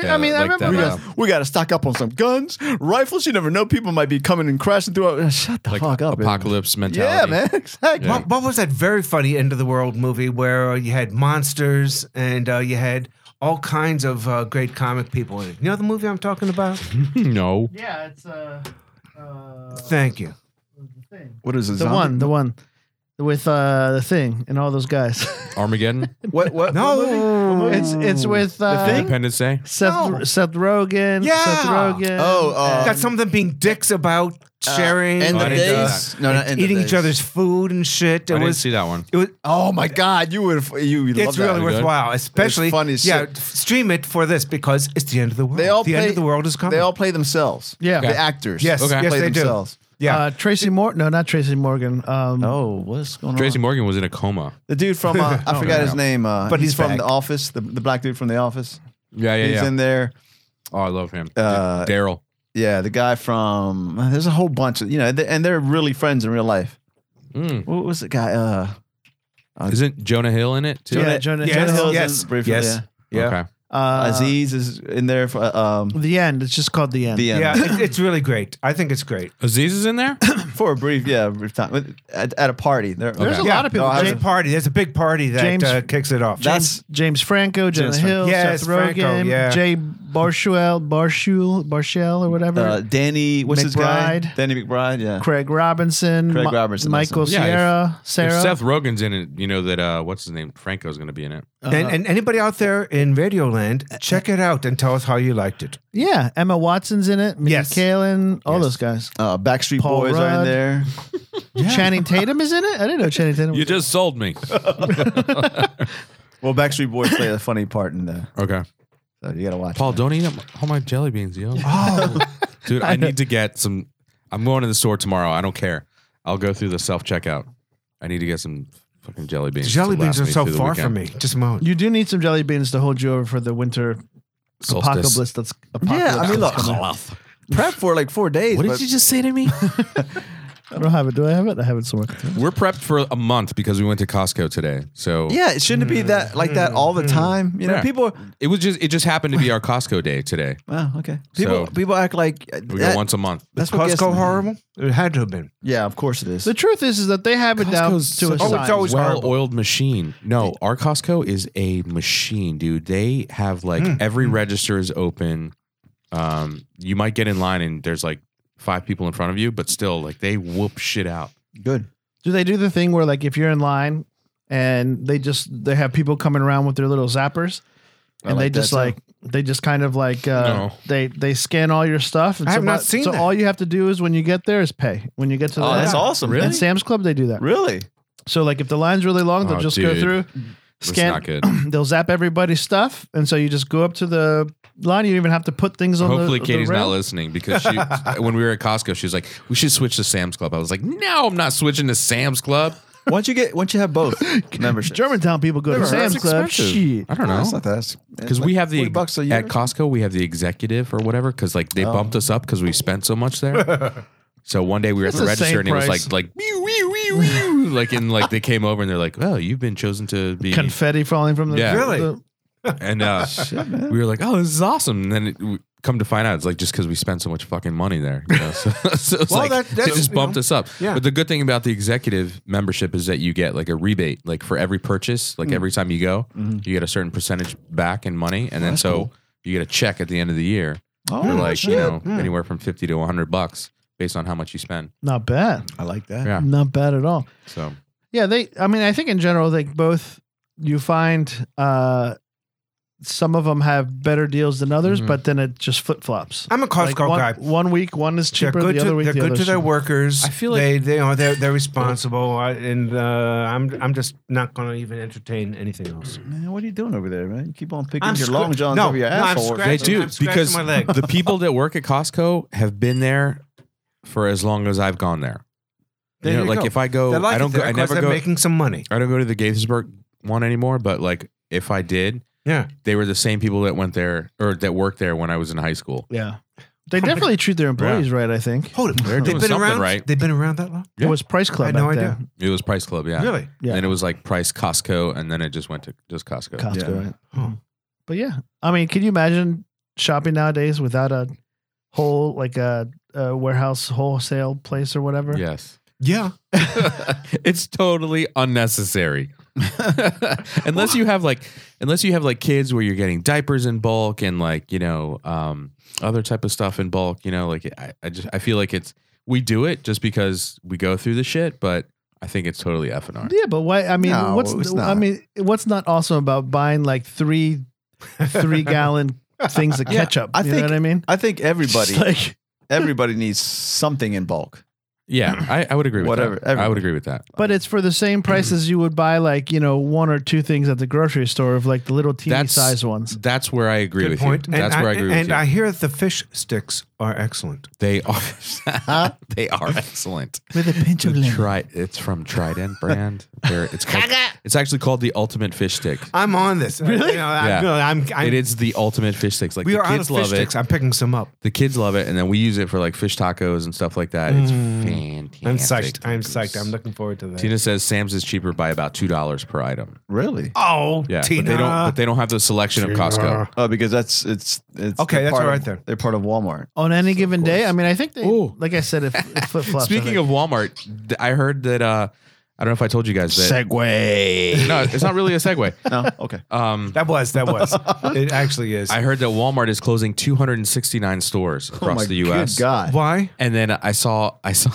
D: I mean, I
C: Yeah, like
D: remember.
C: that,
D: when-
C: uh,
A: We got to stock up on some guns, rifles. You never know; people might be coming and crashing through. our- Shut the
C: uh, Like
A: fuck up, man.
C: apocalypse
A: Yeah,
C: mentality.
A: man. Exactly.
C: Yeah.
B: What, what was that very funny end of the world movie where uh, you had monsters and uh, you had all kinds of uh, great comic people in it? You know the movie I'm talking about?
C: man. no.
D: yeah, it's uh, uh,
B: Thank you.
D: the thing.
A: What is it?
D: The one, the one with uh, the thing and all those guys.
C: Armageddon,
A: What? What?
B: No,
D: it's it's with uh,
C: Independence Day.
D: Seth
B: No.
D: Seth Rogen.
B: Yeah.
D: Seth Rogen.
A: Oh, uh,
B: got some of them being dicks about sharing
A: End of
C: I
B: and,
C: didn't see
B: uh,
A: Uh, days? No, not end of
B: eating
A: days.
B: each other's food and shit.
C: I
B: It
C: didn't
B: was
C: see that one.
B: it was
A: Oh my God! You would. You. you love
B: it's
A: that.
B: really worthwhile, especially
A: funny as
B: yeah.
A: shit.
B: Stream it for this because it's the end of the world.
A: They all
B: the end
A: play-
B: of the world is coming.
A: They all play themselves.
D: Yeah.
A: The actors.
B: yes,
C: Okay.
B: yes,
A: Play
B: they
A: themselves.
B: do. Yeah,
D: Uh, Tracy Morgan. No, not Tracy Morgan. Um,
A: Oh, what's going
C: Tracy Morgan was in a coma.
A: The dude from uh, I forgot his name, uh,
B: But
A: he's,
B: he's
A: from
B: back.
A: The Office. The, the black dude from The Office.
C: Yeah, yeah,
A: he's
C: yeah.
A: in there.
C: oh, I love him.
A: Uh,
C: Daryl.
A: Yeah, the guy from there's a whole bunch of you know, they, and they're really friends in real life.
C: Mm.
A: What was the guy? Uh,
C: Isn't Jonah Hill in it too?
D: yeah, Jonah.
B: Yes,
D: Jonah Hill.
A: Hill's in
B: yes,
A: briefly,
B: yes.
A: yeah.
B: yeah.
C: Okay.
D: Uh,
A: Aziz is in there. For, um,
D: The end. It's just called the end.
A: the end.
B: Yeah, it, it's really great. I think it's great.
C: Aziz is in there.
A: for a brief yeah brief time But at, at a party. There,
C: There's
D: There's
C: Okay.
D: a
B: yeah,
D: lot of people.
A: no, I
B: There's a
A: haven't-
D: James,
B: party. There's a big party that
D: James-
B: uh, kicks it off.
A: that's
D: James Franco, Jonah
A: James Franco.
D: Hill,
B: Yes,
D: Seth Rogen,
B: Franco, yeah.
D: Jay Barshuel, Barshul, Barshel, or whatever.
A: uh, Danny. What's his guy?
D: McBride.
A: Danny McBride. Yeah.
D: Craig Robinson,
A: Craig
D: Mi-
A: Robinson, that's
D: Michael
A: him.
C: Yeah, if-
D: Sierra,
C: If
D: Sarah.
C: Seth Rogen's in it, you know that uh, what's his name? Franco's going to be in it.
B: and, and anybody out there in Radioland, check it out and tell us how you liked it.
D: yeah, Emma Watson's in it. Mindy
B: Yes.
D: Kaling, all those guys.
A: Uh, Backstreet
D: Paul
A: Boys are in
D: Rudd.
A: there.
D: Channing Tatum is in it. I didn't know Channing Tatum.
C: You
D: Was
C: just sold me.
A: Well, Backstreet Boys play a funny part in there,
C: okay,
A: so you gotta watch.
C: Paul, don't eat up all my jelly beans, yo. Oh, dude, I need to get some. I'm going to the store tomorrow. I don't care. I'll go through the self checkout. I need to get some fucking jelly beans.
B: Jelly
C: to last
B: beans are
C: me
B: so
C: through the
B: far
C: weekend.
B: from me. Just a moment.
D: you do need some jelly beans to hold you over for the winter
C: Solstice.
D: apocalypse. That's apocalypse
A: yeah, I mean, look,
D: that's coming.
A: prep for like four days.
C: What
A: but-
C: did you just say to me?
D: I don't have it. Do I have it? I have it somewhere.
C: We're prepped for a month because we went to Costco today. So
A: Yeah, it shouldn't be that like that all the time. You know,
C: Yeah.
A: people.
C: it was just it just happened to be our Costco day today.
A: Wow, okay. People,
C: So-
A: people act like uh,
C: We
A: that-
C: go once a month.
A: That's what gets
B: Costco
A: me.
B: horrible? It had to have been.
A: Yeah, of course it is.
D: The truth is, is that they have it down to a
B: such a-
C: Oh,
D: science.
B: it's always
C: well
B: horrible.
C: oiled machine. No, our Costco is a machine, dude. They have like
D: Hmm.
C: every register is open. Um, you might get in line and there's like five people in front of you, but still, like they whoop shit out.
A: Good.
D: Do they do the thing where like if you're in line and they just they have people coming around with their little zappers
A: I
D: and
A: like
D: they
A: that
D: just
A: too.
D: like they just kind of like uh,
C: No.
D: they they scan all your stuff. And
B: I have not
D: that-
B: seen
D: So
B: that.
D: all you have to do is when you get there is pay. When you get to the
A: Oh, that's
D: line.
A: awesome.
D: At
A: Really?
D: Sam's Club they do that.
A: Really?
D: So like if the line's really long, they'll
C: Oh,
D: just
C: dude.
D: go through,
C: It's
D: scan.
C: not good.
D: They'll zap everybody's stuff, and so you just go up to the line. You don't even have to put things on. the-
C: Hopefully,
D: the
C: Katie's
D: rail.
C: not listening because she, when we were at Costco, she was like, "We should switch to Sam's Club." I was like, "No, I'm not switching to Sam's Club."
A: Once you get, once you have both memberships.
D: Germantown people go to
A: Never heard.
D: Sam's
A: That's
D: Club.
A: expensive.
D: Shit.
C: I don't
A: No,
C: know.
A: it's not that. It's-
C: because
A: it's
C: we
A: like
C: have the
A: 40 bucks a year. Oh.
C: at Costco we have the executive or whatever because like they bumped us up because we spent so much there. so one day we were
D: It's
C: at the,
D: the
C: register
D: same
C: and it was
D: price.
C: like like "Meow, meow, meow, meow," like and like they came over and they're like, oh, you've been chosen to be,
D: Confetti falling from the
C: Yeah.
B: Really?
D: the-
C: and uh, we were like, oh, this is awesome. And then it, we- come to find out, it's like just because we spent so much fucking money there. you know? So, so it's
B: Well,
C: like
B: that-
C: it
B: that's,
C: just
B: you
C: bumped
B: know,
C: us up.
B: yeah.
C: But the good thing about the executive membership is that you get like a rebate, like for every purchase, like every time you go, you get a certain percentage back in money, and then so you get a check at the end of the year.
A: Oh,
C: for like you
A: shit.
C: know anywhere from 50 to 100 bucks based on how much you spend
D: Not bad.
A: I like that.
C: yeah
D: Not bad at all.
C: so
D: Yeah, they. I mean, I think in general, like both, you find uh, some of them have better deals than others,
C: Mhm.
D: but then it just flip flops.
B: I'm a Costco
D: like one,
B: guy.
D: One week one is
B: They're
D: cheaper,
B: good
D: the other
B: to
D: week
B: they're
D: the
B: good
D: other's
B: to their
D: cheaper.
B: worers.
C: I feel
B: they they are they're, they're responsible, I, and uh, I'm I'm just not going to even entertain anything else.
A: Man, what are you doing over there, man? You keep on picking your
B: scr-
A: long johns
B: no,
A: over your
B: no, I'm
A: asshole.
B: scratching-
C: they do
B: I'm scratching
C: because
B: my leg.
C: the people that work at Costco have been there for as long as I've gone there.
B: There
C: you know,
B: you
C: like
B: go.
C: if I go,
B: They like
C: I
B: it
C: don't go,
B: there
C: I
B: 'cause
C: never
B: they're
C: go,
B: making some money.
C: I don't go to the Gaithersburg one anymore. But like if I did,
B: Yeah,
C: they were the same people that went there or that worked there when I was in high school.
D: Yeah, they definitely treat their employees right. I think
B: hold it.
C: They're doing
B: been
C: something
B: around.
C: right.
B: They've been around that long.
C: Yeah.
D: it was Price
B: I
D: Club.
B: had no
D: back
B: idea.
D: then.
C: It was Price Club, yeah.
B: Really?
D: Yeah.
C: And it was like Price Costco, and then it just went to just Costco.
D: Costco.
A: Yeah.
D: Right?
B: Huh.
D: But yeah, I mean, can you imagine shopping nowadays without a whole like a, a warehouse wholesale place or whatever?
C: Yes.
B: Yeah.
C: it's totally unnecessary. unless you have like unless you have like kids where you're getting diapers in bulk and like, you know, um other type of stuff in bulk, you know, like I, I just I feel like it's we do it just because we go through the shit, but I think it's totally FNR.
D: Yeah, but why? I mean,
A: No,
D: what's
A: it's
D: I
A: not.
D: mean, what's not awesome about buying like three three gallon things of
A: Yeah,
D: ketchup?
A: I
D: you know
A: think-
D: what I mean?
A: I think everybody,
D: It's like
A: everybody needs something in bulk.
C: Yeah, I, I would agree with
A: Whatever,
C: that. I
A: everyone.
C: would agree with that.
D: but it's for the same price as you would buy like you know one or two things at the grocery store of like the little teeny
C: That's-
D: size ones.
C: That's where I agree
B: Good
C: with
B: point.
C: you. That's
B: and
C: where
B: I
C: I, agree
B: and
C: with you.
B: I hear the fish sticks are excellent.
C: they are they are excellent.
A: With a pinch
C: The tri- it's from Trident brand. They're- it's called, it's actually called the Ultimate Fish Stick.
B: I'm on this. Really?
C: Yeah.
B: I'm, I'm, I'm,
C: it is the ultimate fish sticks. Like
B: We
C: the
B: are out of
C: kids
B: fish
C: love it.
B: sticks. I'm picking some up.
C: The kids love it, and then we use it for like fish tacos and stuff like that. It's Fantastic.
B: Mm. I'm psyched. I'm psyched. I'm looking forward to that.
C: Tina says Sam's is cheaper by about two dollars per item.
A: Really?
B: oh,
C: Yeah,
B: Tina.
C: but they don't. But they don't have the selection of Costco.
A: Oh, because that's it's it's
B: Okay,
A: they're
B: that's
A: part
B: all right
A: of-
B: then.
A: They're part of Walmart.
D: on any given day. I mean, I think they,
C: Ooh.
D: like I said, it flip flops.
C: Speaking of Walmart, th- I heard that. Uh, I don't know if I told you guys that.
D: Segway.
C: no, it's not really a segue.
A: No, okay.
C: Um,
B: That was. That was. it actually is.
C: I heard that Walmart is closing 269
D: Oh
C: stores across the U.S.
A: Good God.
B: Why?
C: And then I saw I saw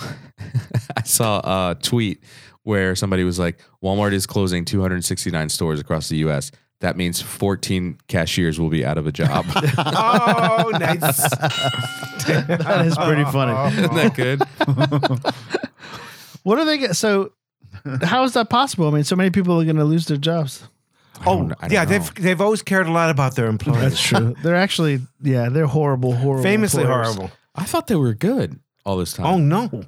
C: I saw a tweet where somebody was like, Walmart is closing 269 stores across the U.S. That means 14 cashiers will be out of a job. Isn't
B: Oh, nice. that
D: is pretty funny.
C: that good?
D: What do they get? So, how is that possible? I mean, so many people are going to lose their jobs.
B: Oh,
C: I don't
B: yeah.
C: know.
B: They've they've always cared a lot about their employees.
D: true. They're actually, yeah, they're horrible, horrible,
B: Famously
D: employers.
B: horrible.
C: I thought they were good all this time.
B: Oh no!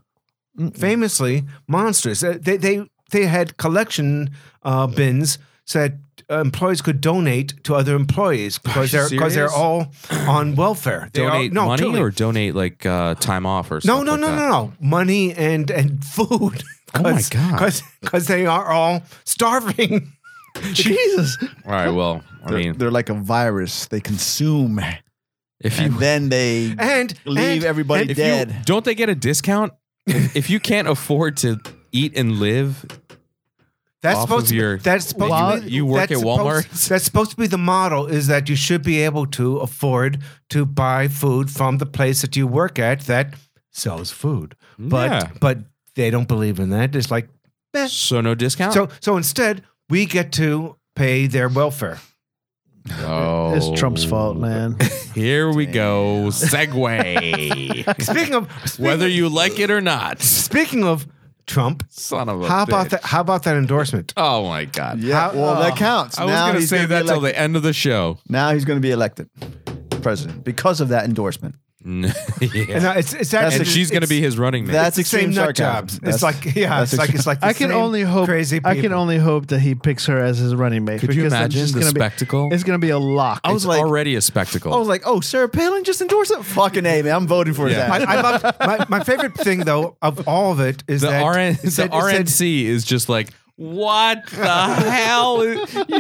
B: Famously monstrous. Uh, They they they had collection uh, bins so that uh, employees could donate to other employees because
C: you
B: they're because they're
C: serious?
B: all on welfare. They are-
C: donate
B: no,
C: money
B: truly.
C: or donate like uh, time off or
B: no
C: something.
B: no no no no money and and food.
C: Oh, my God.
B: Because they are all starving.
D: Jesus.
C: All right, well, I
A: They're,
C: mean,
A: they're like a virus. They consume
C: if you
A: and then they
B: And
A: leave
B: and-
A: everybody
C: if you-
A: dead.
C: don't they get a discount if if you can't afford to eat and live?
B: That's
C: off
B: supposed
C: of
B: to
C: your-
B: be, that's supposed
D: Well,
B: to be,
C: you work
B: that's
C: at
B: supposed-
C: Walmart?
B: that's supposed to be the model is that you should be able to afford to buy food from the place that you work at that sells food. But
C: Yeah.
B: but they don't believe in that. It's like eh.
C: So no discount.
B: so so instead we get to pay their welfare.
C: oh,
D: It's Trump's fault, man.
C: Here we go. Segue.
B: Speaking of speaking,
C: Whether you like it or not,
B: speaking of Trump,
C: son of a.
B: how about
C: bitch.
B: that how about that endorsement?
C: Oh my god.
A: yeah,
B: How-
A: well, that
B: oh.
A: counts.
C: I was
A: now
C: gonna
A: he's
C: say
A: gonna be
C: that till
A: elected.
C: the end of the show.
A: Now he's going to be elected president because of that endorsement.
C: yeah.
B: And
C: And,
B: uh, it's it's actually
C: she's gonna
B: it's-
C: be his running mate.
A: That's
B: it's the same
A: extreme
B: nut
A: sarcasm.
B: jobs.
A: That's-
B: It's like yeah,
A: that's
B: it's like it's like the
D: I can
B: same
D: only hope.
B: crazy. People.
D: I can only hope that he picks her as his running mate.
C: Could you
D: because that's
C: imagine
D: just
C: the
D: gonna be-
C: spectacle?
D: It's going to be a lock.
C: I was
A: like-
C: already a spectacle.
A: I was like, oh, Sarah Palin just endorsed it. Fucking A, man. I'm voting for
B: I,
C: Yeah.
A: that.
B: I love my, my favorite thing though of all of it is
C: the
B: that
C: RN,
B: it said-
C: the
B: it said-
C: RNC is just like, what the hell?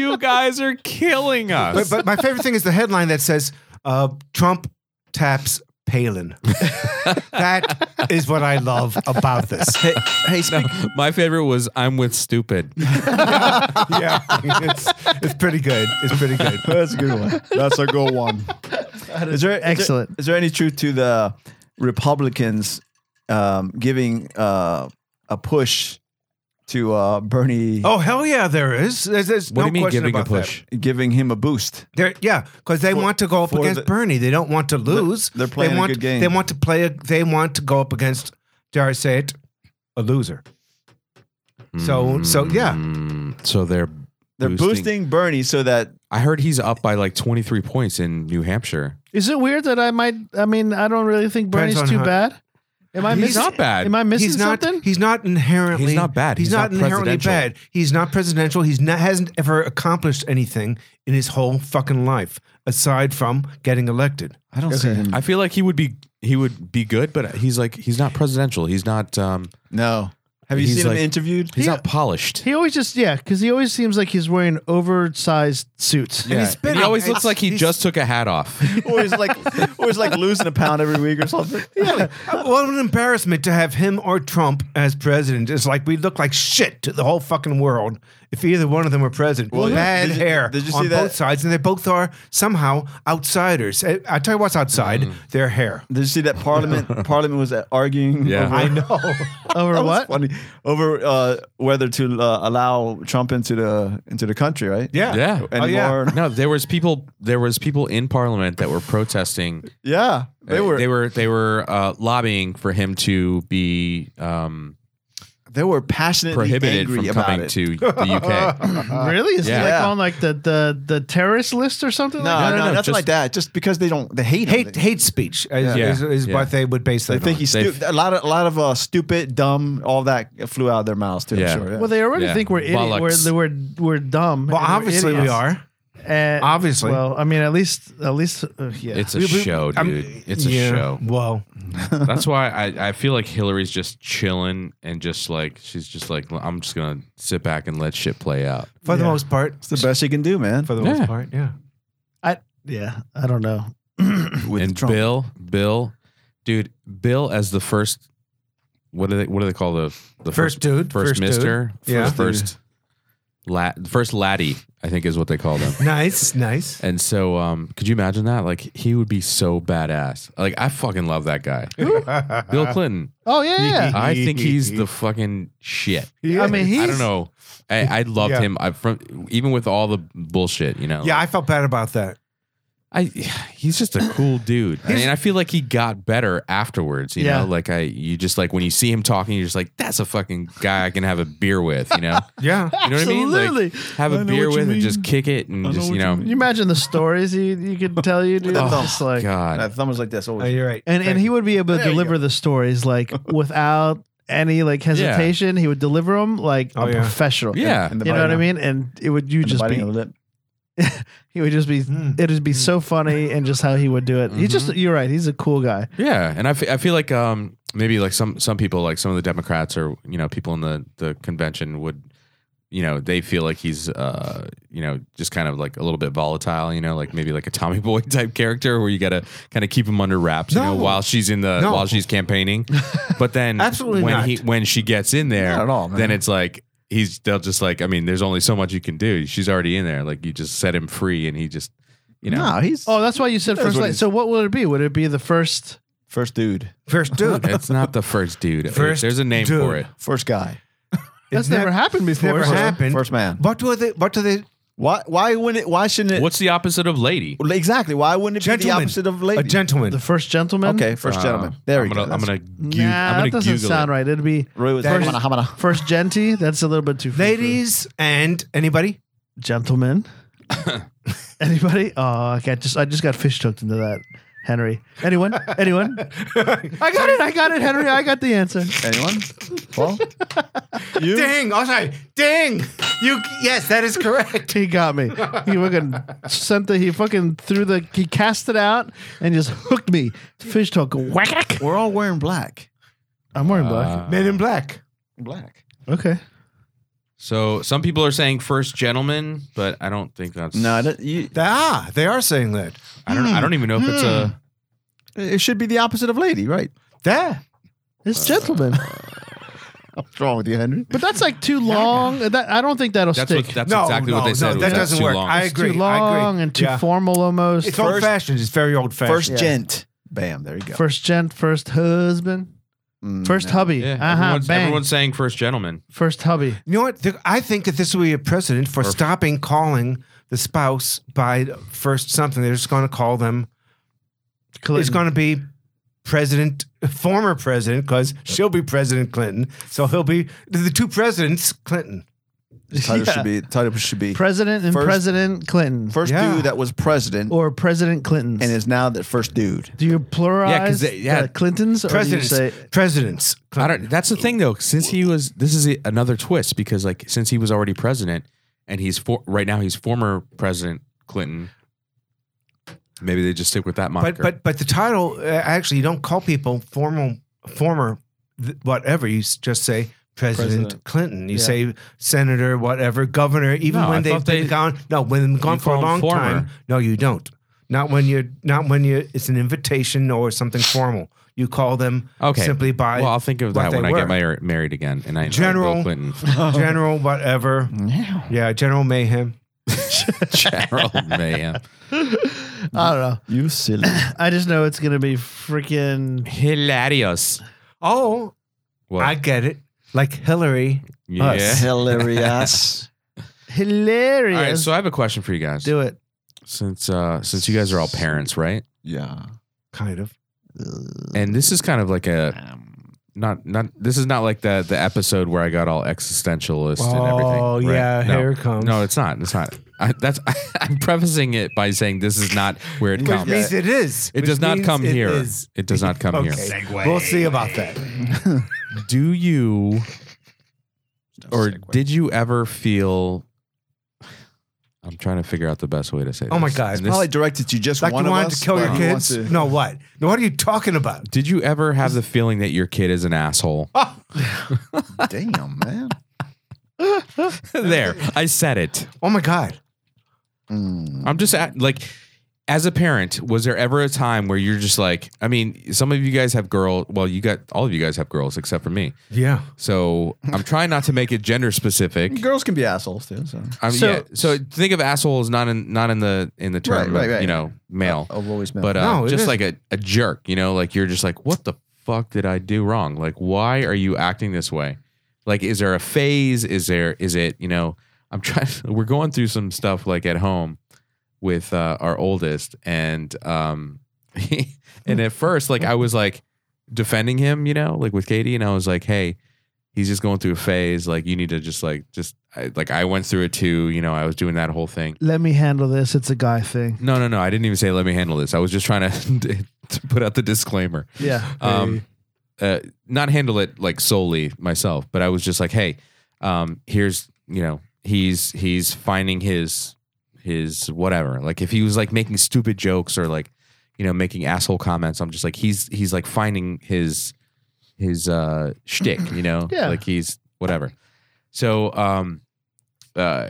C: You guys are killing
B: but,
C: us.
B: but my favorite thing is the headline that says uh, Trump taps Palin. that is what I love about this.
A: hey, hey speak-
C: my favorite was I'm with stupid.
B: Yeah, it's, it's pretty good. It's pretty good.
A: That's a good one. That's a good one. Is there is there-
D: excellent.
A: Is there any truth to the Republicans um, giving uh, a push to uh, Bernie,
B: Oh hell yeah, there is. There's, there's no
C: What do you mean
B: question
C: giving a
B: about that.
C: push?
A: giving him a boost?
B: They're, yeah, because they want to go up
A: for
B: against
A: the-
B: Bernie. They don't want to lose.
A: they're playing
B: they
A: a
B: want,
A: good game.
B: They want to play. A, they want to go up against, dare I say it, a loser. So so yeah,
C: Mm, so they're
A: They're boosting, Bernie so that
C: I heard he's up by like 23 points in New Hampshire.
D: Is it weird that I might? I mean, I don't really think
B: Depends
D: Bernie's
B: on
D: too
B: how-
D: bad. Am I
C: He's
D: missing?
C: not bad.
D: Am I missing
B: he's not.
D: something?
B: He's not inherently.
C: He's not bad.
B: He's,
C: He's
B: not,
C: not
B: inherently
C: presidential.
B: bad. He's not presidential. He's not hasn't ever accomplished anything in his whole fucking life aside from getting elected.
A: I don't see him.
C: I feel like he would be he would be good, but he's like he's not presidential. He's not um
A: no. Have you
C: He's
A: seen
C: like-
A: him interviewed?
C: he's not polished.
D: He always just yeah, because he always seems like he's wearing oversized suits.
C: Yeah.
B: he's
C: And
B: been-
C: he always
B: it's-
C: looks like he
B: he's-
C: just took a hat off.
A: or he's like, or he's like losing a pound every week or something.
B: Really, what an embarrassment to have him or Trump as president. It's like we look like shit to the whole fucking world if either one of them were president.
A: Well,
B: Bad
A: did you-
B: hair
A: did you
B: on
A: see that?
B: both sides, and they both are somehow outsiders. I, I tell you what's outside
C: Mm.
B: their hair.
A: Did you see that Parliament? Parliament was at arguing.
C: Yeah.
A: over,
B: I know.
D: Over
A: That was
D: what?
A: funny over uh, whether to uh, allow Trump into the into the country, right?
B: Yeah.
C: Yeah.
A: Anymore.
B: Oh, yeah.
C: No, there was people there was people in parliament that were protesting Uh,
A: Yeah, they were
C: they were they were uh, lobbying for him to be um,
A: they were passionately
C: prohibited
A: angry
C: from
A: about
C: coming
A: it.
C: to the UK.
B: Uh,
D: really? Is
C: yeah.
D: he like
A: Yeah.
D: on like the, the the terrorist list or something?
A: no,
D: like
A: no,
D: that?
C: no,
A: no, nothing
C: just-
A: like that. Just because they don't, they hate him.
B: Hate
A: They-
B: hate speech is,
C: Yeah.
B: is, is
C: Yeah.
B: what they would base that.
A: They
B: on.
A: think he's
C: They-
A: stupid. A lot of a lot of uh, stupid, dumb, all that flew out of their mouths too.
C: Yeah.
A: I'm sure. yeah.
D: Well, they already
C: Yeah.
D: think we're idiot. We're,
C: Bollocks.
D: they- we're we're dumb.
B: Well,
D: and we're
B: obviously we
D: idiots.
B: are.
D: And-
B: Obviously.
D: Well, I mean, at least at least uh, yeah.
C: It's a
B: We- we-
C: show,
B: I'm-
C: dude. it's a
B: yeah,
C: show.
B: Well,
C: That's why I, I feel like Hillary's just chilling and just like she's just like I'm just gonna sit back and let shit play out.
B: For the
D: Yeah.
B: most part.
A: It's the best you can do, man.
B: For the
C: Yeah.
B: most part, yeah.
D: Yeah, I don't know.
A: With
C: and
A: Trump.
C: Bill, Bill, dude, Bill as the first. What do they what do they call the the
B: First dude,
C: first,
B: first
C: Mister
B: dude. Yeah.
C: first lat first laddie I think is what they call them.
B: Nice, nice.
C: And so, um, could you imagine that? Like, he would be so badass. Like, I fucking love that guy, Bill Clinton.
D: Oh yeah,
C: I think he's the fucking shit.
D: I mean he's
C: I don't know. I, I loved
B: Yeah.
C: him. I from even with all the bullshit, you know.
B: Yeah, I felt bad about that.
C: I he's just a cool dude, and, I feel like he got better afterwards. You
D: Yeah.
C: know, like I you just like when you see him talking, you're just like, that's a fucking guy I can have a beer with. You know,
B: Yeah.
C: you know what I mean?
D: Absolutely.
C: Like, have
D: I
C: a
D: know
C: beer
D: what you
C: with and just
D: mean.
C: kick it and just you know,
D: You imagine the stories you you could tell you, dude.
A: Oh,
D: just like
A: And
C: God,
A: that thumb was like this.
B: Oh,
A: Always.
B: you're right.
D: and and he would be able to
A: There you
D: deliver the stories like without any like hesitation. He would deliver them like
B: Oh,
D: a
B: yeah.
D: professional.
C: yeah.
A: And the
D: you know what I
A: biting-
D: mean. And it would you
A: and the
D: just
A: biting
D: be
A: of the lip.
D: he would just be
B: Mm.
D: it'd be so funny and just how he would do it. He just
C: Mm-hmm.
D: you're right. He's a cool guy.
C: Yeah, and I fe- I feel like um maybe like some some people like some of the Democrats or you know people in the the convention would you know they feel like he's uh you know just kind of like a little bit volatile you know like maybe like a Tommy Boy type character where you gotta kind of keep him under wraps you know
B: No.
C: while she's in the
B: No.
C: while she's campaigning, but then
B: Absolutely
C: when
B: not.
C: he when she gets in there
A: Not at all, man.
C: then it's like. He's they'll just like I mean, there's only so much you can do. She's already in there. Like you just set him free, and he just, you know,
A: Nah, he's
D: Oh, that's why you said
A: That's
D: first
A: what
D: light.
A: he's-
D: So what would it be? Would it be the first?
A: first dude,
B: First dude.
C: it's not the first dude.
B: First
C: there's a name
B: dude.
C: for it.
A: first guy,
D: That's
B: It's
D: never
B: ne-
D: happened
B: it's
D: before.
B: never
D: so-
B: happened.
A: first man.
B: What were they? What do they?
A: Why? Why wouldn't it? Why shouldn't it?
C: What's the opposite of lady?
A: Well, exactly? Why wouldn't it
B: Gentleman.
A: be the opposite of
B: A
A: lady?
B: gentleman.
D: The first gentleman.
A: okay, first
C: Uh,
A: gentleman. There
C: I'm
D: Oh
A: we
C: gonna,
A: go.
C: I'm gonna,
D: Nah,
C: goo- I'm
D: that
C: gonna
D: doesn't
C: Google
D: sound
C: it.
D: right. It'd be
A: Roy was
B: That
A: like,
B: is-
A: "Hamana, hamana."
D: first genty. That's a little bit too. frou-frou.
B: Ladies and anybody?
D: gentlemen. Anybody? Oh, I got just I just got fish hooked into that. Henry. Anyone? Anyone? I got it. I got it, Henry. I got the answer.
A: Anyone? Well, you.
B: Ding! Oh, sorry. Ding! You yes, that is correct.
D: He got me. He fucking sent the he fucking threw the he cast it out and just hooked me. Fish hook. Whack.
A: We're all wearing black.
D: I'm wearing black.
C: Uh,
B: Men in black.
A: Black.
D: Okay.
C: so some people are saying first gentleman, but I don't think that's.
A: No, that, you,
B: They, ah, they are saying that.
C: I don't. I don't even know if it's
D: Hmm.
C: a.
A: it should be the opposite of lady, right?
B: There.
D: It's
C: uh,
D: gentlemen.
A: What's wrong with you, Henry?
D: But that's like too long. That I don't think that'll
C: That's
D: stick.
C: what. That's
B: No,
C: exactly
B: no,
C: what they
B: no,
C: said.
B: that
C: was that's
B: doesn't
C: too
B: work.
C: long.
B: I
D: it's
B: agree.
D: too
B: I
D: long
B: agree.
D: and too
B: Yeah.
D: formal almost.
B: It's
D: First,
B: old fashioned. It's very old fashioned.
A: First gent. Bam. There you go.
D: gent, first husband,
A: Mm,
D: first
A: no.
D: hubby.
C: yeah,
D: uh-huh,
C: everyone's,
D: bang.
C: everyone's saying first gentleman.
D: first hubby.
B: You know what? Th- I think that this will be a precedent for stopping calling the spouse by first something. They're just going to call them. It's
D: Clinton.
B: going to be President, former president, because she'll be President Clinton. So he'll be the two presidents, Clinton.
A: The Title
D: Yeah.
A: should be. Title should be.
D: President and
A: First-
D: President Clinton
A: first
B: Yeah.
A: dude that was president,
D: or President Clinton.
A: and is now the first dude.
D: do you pluralize
C: Yeah, 'cause they- yeah.
D: the Clintons or do you
B: Presidents.
D: say
B: presidents.
C: I
B: Clinton.
C: don't. That's the thing, though. Since he was, this is a, another twist because, like, since he was already president, and he's for right now, he's former President Clinton. Maybe they just stick with that
B: but
C: moniker.
B: but but the title uh, actually you don't call people formal former th- whatever you s- just say President,
A: President.
B: Clinton. You
D: Yeah.
B: say Senator, whatever, Governor. Even
C: No, I
B: when they've
C: thought
B: been
C: they-
B: gone, no, when they've gone for
C: call
B: a
C: 'em
B: long
C: former.
B: time. No, you don't. Not when you're not when you. It's an invitation or something formal. You call them
C: okay,
B: simply by
C: Well, I'll think of
B: what
C: that
B: they
C: when I
B: were.
C: get mar- married again, and I invite
B: General-
C: Bill Clinton.
B: General whatever. Yeah, General Mayhem.
C: General Mayhem.
D: I don't know.
A: You silly.
D: I just know it's gonna be freaking
C: Hilarious.
B: Oh,
C: What?
B: I get it. Like Hillary.
C: yeah.
A: Hilarious.
D: hilarious.
C: All right, so I have a question for you guys.
D: do it.
C: Since uh since you guys are all parents, right?
A: yeah.
B: Kind of.
C: And this is kind of like a
B: Um,
C: not not this is not like the the episode where I got all existentialist and everything.
B: Oh,
C: right?
B: yeah.
C: No.
B: Here it comes.
C: No, it's not. It's not. I, that's I, am prefacing it by saying this is not where it
A: Which
C: comes.
B: means
A: means-
B: it is.
C: It does
B: which
C: not
B: means
C: come
B: it
C: here.
B: is.
C: It does not come here.
B: Okay. We'll see about that.
C: do you or did you ever feel I'm trying to figure out the best way to say.
B: Oh my
C: this.
B: God, it's
C: And this-
A: Probably directed to just
B: Like
A: one
B: you
A: of
B: wanted
A: us.
B: to kill
A: but
B: your
A: he wants
B: kids?
A: to-
B: No, what? What are you talking about?
C: Did you ever have the feeling that your kid is an asshole?
A: Damn, man.
C: there, I said it.
B: Oh my God.
C: I'm just at, like, as a parent, was there ever a time where you're just like, I mean, some of you guys have girl. Well, you got all of you guys have girls except for me.
B: Yeah.
C: So I'm trying not to make it gender specific.
A: Girls can be assholes too. So.
C: I'm,
D: So-
C: yeah. So think of assholes not in not in the in the term
A: Right, right,
C: of,
A: right.
C: you know male,
A: I've always been.
C: but uh,
B: No, it
C: just
B: is-
C: like a, a jerk. You know, like you're just like, what the fuck did I do wrong? Like, why are you acting this way? Like, is there a phase? Is there is it you know? I'm trying. We're going through some stuff like at home with uh, our oldest, and um, and at first like I was like defending him, you know, like with Katie, and I was like, hey, he's just going through a phase. Like you need to just like just I, like I went through it too. You know, I was doing that whole thing.
D: Let me handle this. It's a guy thing.
C: No, no, no. I didn't even say let me handle this. I was just trying to to put out the disclaimer
D: Yeah.
C: um, uh, not handle it like solely myself, but I was just like, hey, um, here's you know he's he's finding his his whatever. Like if he was like making stupid jokes or like you know making asshole comments, I'm just like he's he's like finding his his uh shtick, you know,
D: Yeah.
C: like he's whatever. So um, uh,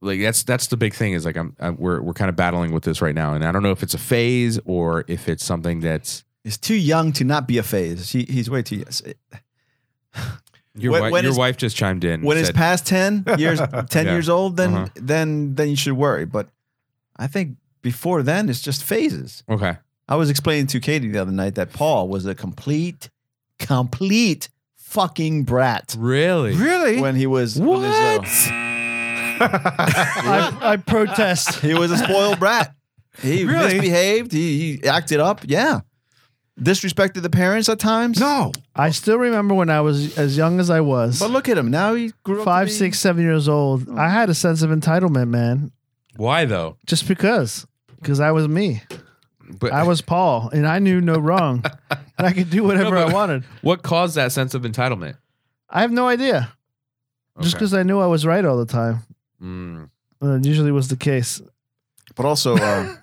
C: like that's that's the big thing is like I'm, i we're we're kind of battling with this right now, and I don't know if it's a phase or if it's something that's
A: he's too young to not be a phase. He, he's way too.
B: Mm,
C: Your,
A: When-
C: wi-
A: when
C: your
A: is-
C: wife just chimed in.
A: When
C: and
A: it's
C: said,
A: past ten years, ten
C: Yeah.
A: years old, then
C: Uh-huh.
A: then then you should worry. But I think before then, it's just phases.
C: okay,
A: I was explaining to Katie the other night that Paul was a complete, complete fucking brat
C: really?
B: Really?
A: when he was on his own.
D: I, I protest.
A: He was a spoiled brat. He
B: Really?
A: misbehaved. He, he acted up. Yeah, disrespected the parents at times.
B: no.
D: I still remember when I was as young as I was,
A: but look at him now. He grew up to
D: five,
A: be-
D: six, seven years old. I had a sense of entitlement, man,
C: Why though?
D: just because. Because I was me.
C: But
D: I was Paul, and I knew no wrong. and I could do whatever
C: No, but-
D: I wanted.
C: What caused that sense of entitlement?
D: I have no idea. Just
C: Okay.
D: because I knew I was right all the time.
C: Mm.
D: Uh, usually was the case.
A: But also, uh,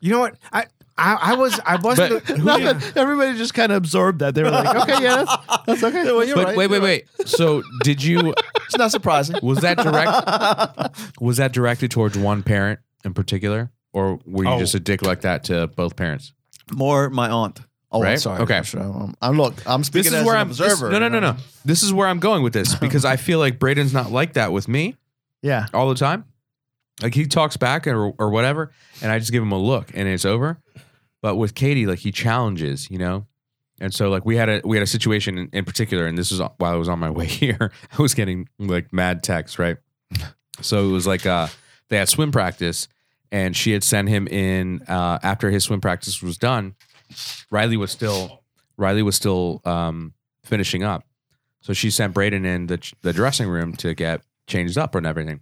B: You know what? I I, I was I wasn't.
C: But-
B: who-
D: Not
B: yeah.
D: that- everybody just kind of absorbed that. They were like, okay, yeah, that's, that's okay.
C: But wait, wait, wait. So did you?
A: it's not surprising.
C: Was that direct? Was that directed towards one parent in particular, or were you
B: Oh.
C: just a dick like that to both parents?
A: More my aunt. Oh, I'm
C: Right?
A: sorry.
C: Okay.
A: I'm, sure. I'm- I'm- look. I'm speaking
C: This
A: as
C: is where
A: an
C: I'm. this-
A: observer.
C: no, no, no,
A: you know?
C: no. This is where I'm going with this because I feel like Braden's not like that with me.
D: Yeah.
C: all the time. Like he talks back or or whatever, and I just give him a look and it's over. But with Katie, like he challenges, you know. And so like we had a we had a situation in, in particular, and this is while I was on my way here. I was getting like mad texts, right? So it was like uh they had swim practice, and she had sent him in uh, after his swim practice was done. Riley was still Riley was still um, finishing up, so she sent Braden in the the dressing room to get changed up and everything.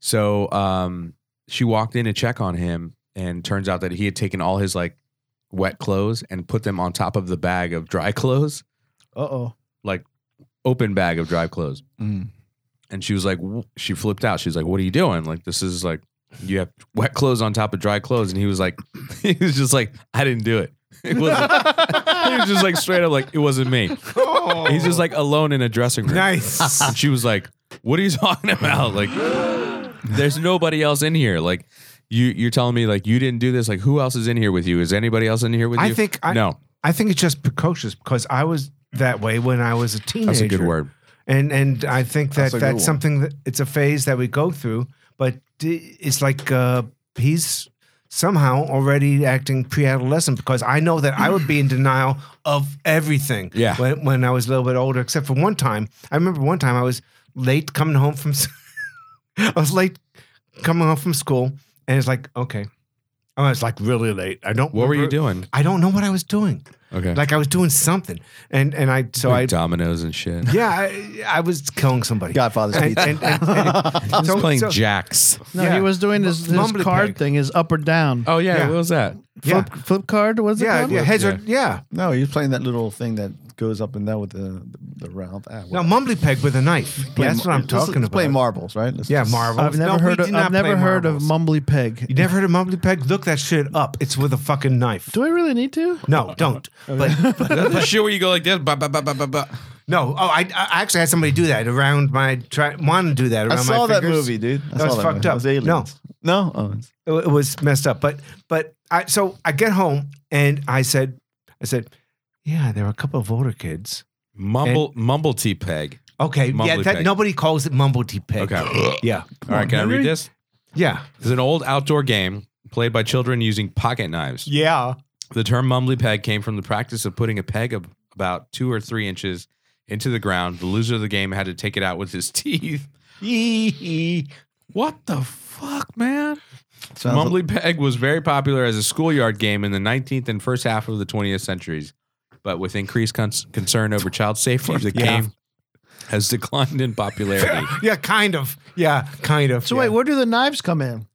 C: So um, she walked in to check on him, and turns out that he had taken all his like wet clothes and put them on top of the bag of dry clothes,
D: Uh oh.
C: open bag of dry clothes.
A: Mm.
C: And she was like, wh- she flipped out. She's like, "What are you doing? Like this is like you have wet clothes on top of dry clothes." And he was like, he was just like, "I didn't do it." It wasn't. he was just like straight up like it wasn't me. He's just like alone in a dressing room.
B: nice.
C: And she was like, "What are you talking about? Like, there's nobody else in here. Like, you you're telling me like you didn't do this. Like, who else is in here with you? Is anybody else in here with
B: I
C: you?
B: think I,
C: no.
B: I think it's just precocious because I was that way when I was a teenager.
C: That's a good word.
B: And and I think that
A: That's a
B: that's,
A: good one.
B: something that it's a phase that we go through, but d- it's like uh, he's somehow already acting pre-adolescent because I know that I would be in denial of everything.
C: Yeah.
B: When, when I was a little bit older, except for one time, I remember one time I was late coming home from. s- I was late coming home from school, and it's like okay, I was like really late. I don't.
C: What were you
B: remember-
C: doing?
B: I don't know what I was doing.
C: Okay.
B: Like I was doing something, and and I so
C: Like
B: I
C: dominoes and shit.
B: yeah I, I was killing somebody.
A: Godfather's
B: And,
A: pizza.
B: and, and, and-
C: I was
B: so-
C: playing
B: so-
C: jacks.
D: No,
B: Yeah.
D: he was doing his, his
B: Mumbly
D: card
B: peg.
D: thing, his up or down.
C: Oh yeah,
B: Yeah.
C: what was that?
B: Yeah.
D: Flip, flip card? What's it
B: Yeah,
D: called?
B: yeah, heads are yeah.
A: no, he was playing that little thing that goes up and down with the the round. Ah,
B: Now,
A: whatever.
B: mumbly peg with a knife.
A: Play
B: Yeah, that's
A: mar-
B: what I'm
A: let's-
B: talking
A: let's
B: about.
A: Play marbles, right? Let's-
B: Yeah,
A: let's-
B: marbles.
D: I've never
B: No, we
D: heard. Of,
B: did not
D: I've never
B: play
D: heard of
B: marbles.
D: mumbly peg.
B: You never heard of mumbly peg? Look that shit up. It's with a fucking knife.
D: Do I really need to?
B: No, don't.
D: Oh,
B: But, but-
C: That's the shit where you go like this. Ba, ba, ba, ba, ba, ba.
B: no. Oh, I, I actually had somebody do that around my. Try, want to do that around
A: I
B: my
A: saw that
B: fingers.
A: movie, dude. I
B: That was
A: saw that
B: fucked
A: movie. It
B: up.
A: was aliens. No, oh, it's-
B: it, it was messed up. But but I so I get home and I said I said, yeah, there were a couple of older kids.
C: Mumble, mumble tea peg.
B: Okay, yeah,
C: Mumbly
B: that,
C: pig.
B: nobody calls it mumble tea pig.
C: Okay. All
B: Yeah,
C: right, can I read this?
B: yeah,
C: It's an old outdoor game played by children using pocket knives.
B: yeah.
C: The term mumbly peg came from the practice of putting a peg of about two or three inches into the ground. The loser of the game had to take it out with his teeth. What the fuck, man?
A: sounds-
C: mumbly peg was very popular as a schoolyard game in the 19th and first half of the 20th centuries, but with increased con- concern over child safety, the
B: Yeah.
C: game has declined in popularity.
B: Yeah, kind of. Yeah, kind of.
D: So
B: yeah.
D: wait, where do the knives come in?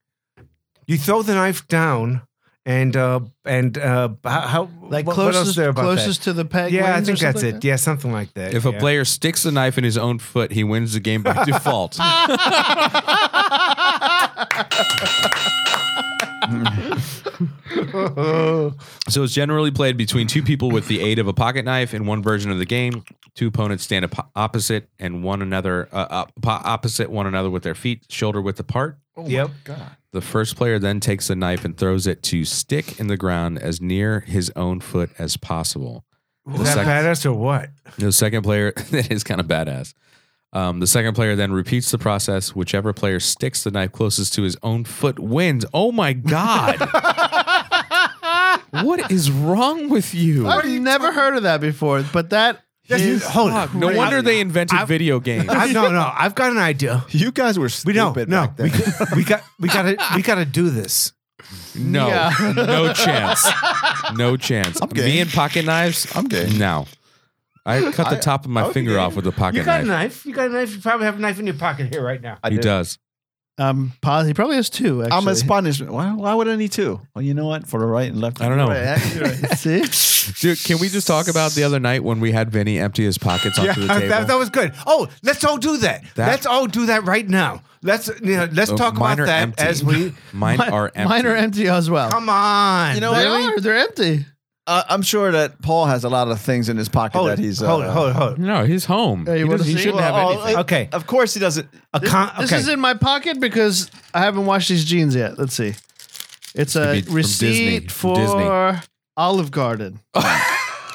B: you throw the knife down and uh and uh how, how
D: Like
B: what, what else is
D: closest,
B: there about that?
D: closest to the peg.
B: Yeah, I
D: lanes or
B: think that's
D: something
B: it.
D: like
B: Yeah, something like that.
C: if a
B: yeah.
C: player sticks the knife in his own foot, he wins the game by default. So it's generally played between two people with the aid of a pocket knife. In one version of the game, two opponents stand op- opposite and one another uh, op- po- opposite one another with their feet shoulder width apart.
B: yep.
C: The first player then takes the knife and throws it to stick in the ground as near his own foot as possible.
B: Was that
C: second-
B: badass or what?
C: The second player that is kind of badass. Um, the second player then repeats the process. Whichever player sticks the knife closest to his own foot wins. Oh my god! what is wrong with you?
D: I've never heard of that before, but that is
B: hold on.
C: Fuck, no wonder they invented video games.
B: I, no, no. I've got an idea.
A: You guys were
B: We
A: stupid
B: don't. No,
A: back
B: we,
A: then.
B: we got we got to we got to do this.
C: No,
D: Yeah.
C: no chance. No chance.
A: gay.
C: Me and pocket knives.
A: I'm gay.
C: No, I cut the top of my
A: was
C: finger
A: gay.
C: off with a pocket knife.
B: knife. You got a knife. You probably have a knife in your pocket here right now.
A: I
C: He
A: did.
C: does.
D: um, pos- he probably has two. Actually.
A: I'm a Spanish. Why, why would I need two? Well, you know what? For the right and left.
C: I don't know.
A: Right, yeah, you're right.
D: See,
C: Dude, can we just talk about the other night when we had Vinny empty his pockets
B: Yeah,
C: onto the table?
B: that, that was good. Oh, let's all do that.
C: That-
B: Let's all do that right now. Let's you know, let's
C: Oh,
B: talk
C: mine
B: about
C: are
B: that
C: empty.
B: as we
C: mine are empty.
D: mine are empty as well.
B: come on.
A: You know what?
D: they are. They're empty.
A: Uh, I'm sure that Paul has a lot of things in his pocket
B: hold
A: that
B: it,
A: he's.
B: hold
A: uh,
B: it, hold it, hold it.
C: No, he's home.
D: Hey,
C: he
D: you wanna
C: doesn't- he
D: see?
C: shouldn't have
A: Well, oh,
C: anything.
A: it-
B: Okay.
A: Of course he doesn't.
B: A con-
D: This
B: okay.
D: is in my pocket because I haven't washed these jeans yet. Let's see. It's
C: gonna
D: a
C: be from Disney.
D: receipt for
C: From Disney.
D: Olive Garden.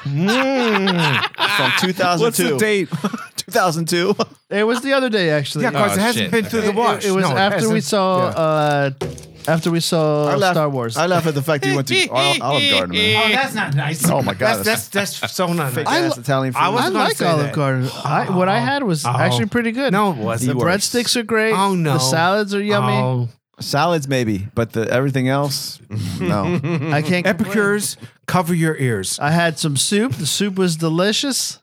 B: Ah!
A: from 2002.
C: What's the date?
A: 2002.
D: It was the other day actually.
B: yeah, because
C: Oh,
B: it hasn't
C: shit.
B: been through the
D: It-
B: wash.
D: It, was
B: No,
D: after we
B: hasn't.
D: saw
B: Yeah.
D: uh, after we saw
A: I laugh-
D: Star Wars.
A: I laugh at the fact that you went to Ol- Olive Garden. Man.
B: Oh, that's not nice.
A: Oh my God,
B: that's that's, that's so not nice.
A: Fake ass Italian food.
B: I was-
D: I
B: gonna
D: like
B: say
D: Olive
B: that.
D: Garden. I, what I had was
B: Oh.
D: actually pretty good.
B: No, it wasn't.
D: the
B: The worst.
D: breadsticks are great.
B: Oh, no.
D: the salads are yummy.
B: Oh.
A: salads maybe, but the everything else, no.
D: I can't. complain.
B: Epicures, cover your ears.
D: I had some soup. The soup was delicious.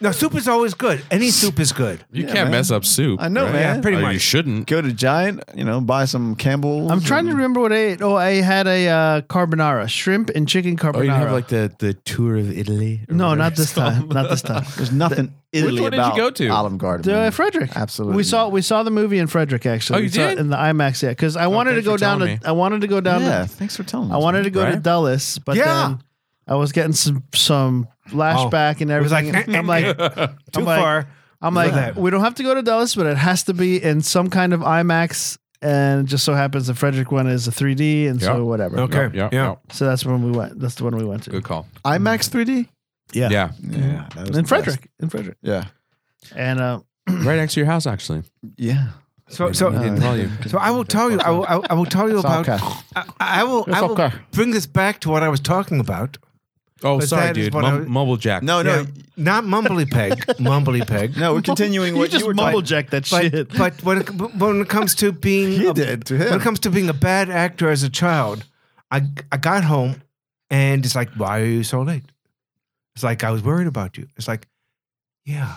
B: No, soup is always good. Any soup is good.
C: You
A: Yeah,
C: can't
A: man.
C: mess up soup.
A: I know, man.
B: Yeah, pretty
C: Oh,
B: much.
C: You shouldn't.
A: Go to Giant, you know, buy some Campbell's.
D: I'm trying to
A: and-
D: remember what I ate. Oh, I had a uh, carbonara, shrimp and chicken carbonara.
C: Oh, you have like the, the tour of Italy? or
D: no,
C: whatever
D: not
C: it's
D: this
C: called.
D: time. Not this time.
A: There's nothing Italy
C: one did you
A: about
C: go to?
A: Olive Garden.
D: The,
A: man.
D: Frederick.
A: Absolutely.
D: We saw we saw the movie in Frederick actually.
C: Oh, you
D: We saw it
C: did?
D: in the IMAX, yeah. Because I wanted to
C: thanks
D: go
C: for
D: down to
C: telling me.
D: I wanted to go down
A: Yeah,
D: to
A: thanks for telling me.
D: I wanted to go to
C: Right?
D: Dulles, but
B: Yeah.
D: then I was getting some some flashback
C: Oh.
D: and
B: was like,
D: everything. and I'm like
B: Too
D: I'm like-
B: far.
D: I'm like
B: that.
D: we don't have to go to Dulles, but it has to be in some kind of IMAX. And it just so happens the Frederick one is a 3D, and
C: Yeah.
D: so whatever.
B: Okay.
C: Yep, yep,
B: yeah.
C: yep.
D: So that's when we went. That's the one we went to.
C: Good call.
A: IMAX 3D.
D: Yeah.
C: Yeah.
A: Yeah, that was the
D: In
A: best.
D: Frederick, in Frederick,
A: Yeah,
D: and uh,
C: right next to your house, actually.
A: yeah.
B: So so
C: I didn't tell you.
B: so I will tell you. I will, I will tell you about.
A: okay.
B: I, I will. I will
A: okay.
B: bring this back to what I was talking about.
C: Oh,
B: But
C: sorry,
B: that is
C: dude.
B: what I
C: Mum-
B: was-
C: Mumble Jack.
A: No, Oh, no,
B: Yeah. not mumbly peg. mumbly peg.
A: no. We're continuing what
D: you just
A: were
D: mumble
A: talking.
D: jack that
B: But
D: shit.
B: but when it, but when it comes to being
A: He
B: a-
A: did to
B: when
A: him.
B: it comes to being a bad actor as a child, I I got home and it's like, why are you so late? It's like I was worried about you. It's like, yeah,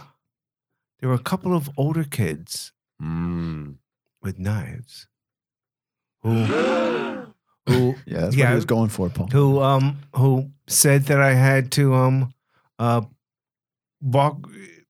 B: there were a couple of older kids
C: Mm.
B: with knives who who um,
A: Yeah, that's what
B: Yeah.
A: he was going for, Paul.
B: who um who said that I had to um uh walk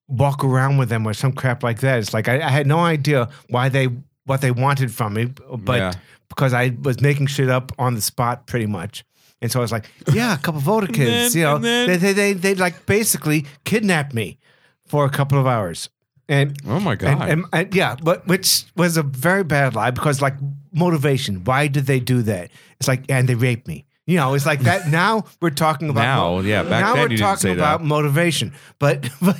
B: walk around with them or some crap like that. It's like I, I had no idea why they what they wanted from me, but
C: Yeah.
B: because I was making shit up on the spot pretty much. And so I was like, yeah, a couple Voda kids,
C: then-
B: you know,
C: and then-
B: they, they, they, they like basically kidnapped me for a couple of hours. And
C: Oh my
B: and,
C: god.
B: and, and- yeah, but which was a very bad lie because like motivation. Why did they do that? It's like and they raped me. You know, it's like that. Now we're talking about
C: Now, yeah, back
B: now
C: then
B: we're
C: you didn't
B: talking
C: say that.
B: about motivation, but, but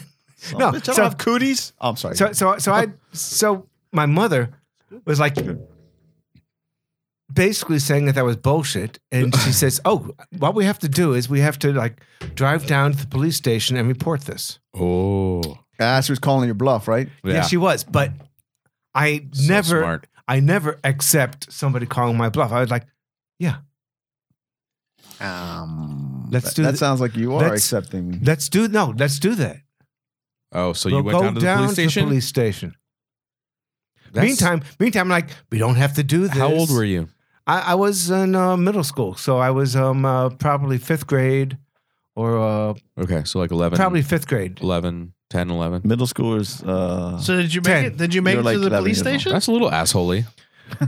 B: no.
A: bitch, I don't
B: So,
A: have cooties. Oh, I'm sorry.
B: so so so I so my mother was like basically saying that that was bullshit, and she says, "Oh, what we have to do is we have to like drive down to the police station and report this."
C: oh.
A: That's who's calling your bluff, right?
C: Yeah.
B: Yeah, she was, but I
C: So
B: never,
C: smart.
B: I never accept somebody calling my bluff. I was like, yeah,
A: Um,
B: Let's
A: that,
B: do
A: That
B: th-
A: sounds like you are
B: let's-
A: accepting.
B: let's do no, let's do that.
C: Oh, so
B: We'll
C: you went
B: go
C: down to the police station.
B: police station.
C: That's-
B: meantime, meantime, like we don't have to do this.
C: how old were you?
B: I, I was in uh, middle school, so I was um uh, probably fifth grade, or uh,
C: Okay, so like 11,
B: probably fifth grade.
C: 11, 10, 11.
A: Middle schoolers. Uh,
D: So did you make
B: Ten.
D: it? Did you make
A: You're
D: it
A: like
D: to the
A: 11
D: police
A: years old.
D: station?
C: That's a little assholey.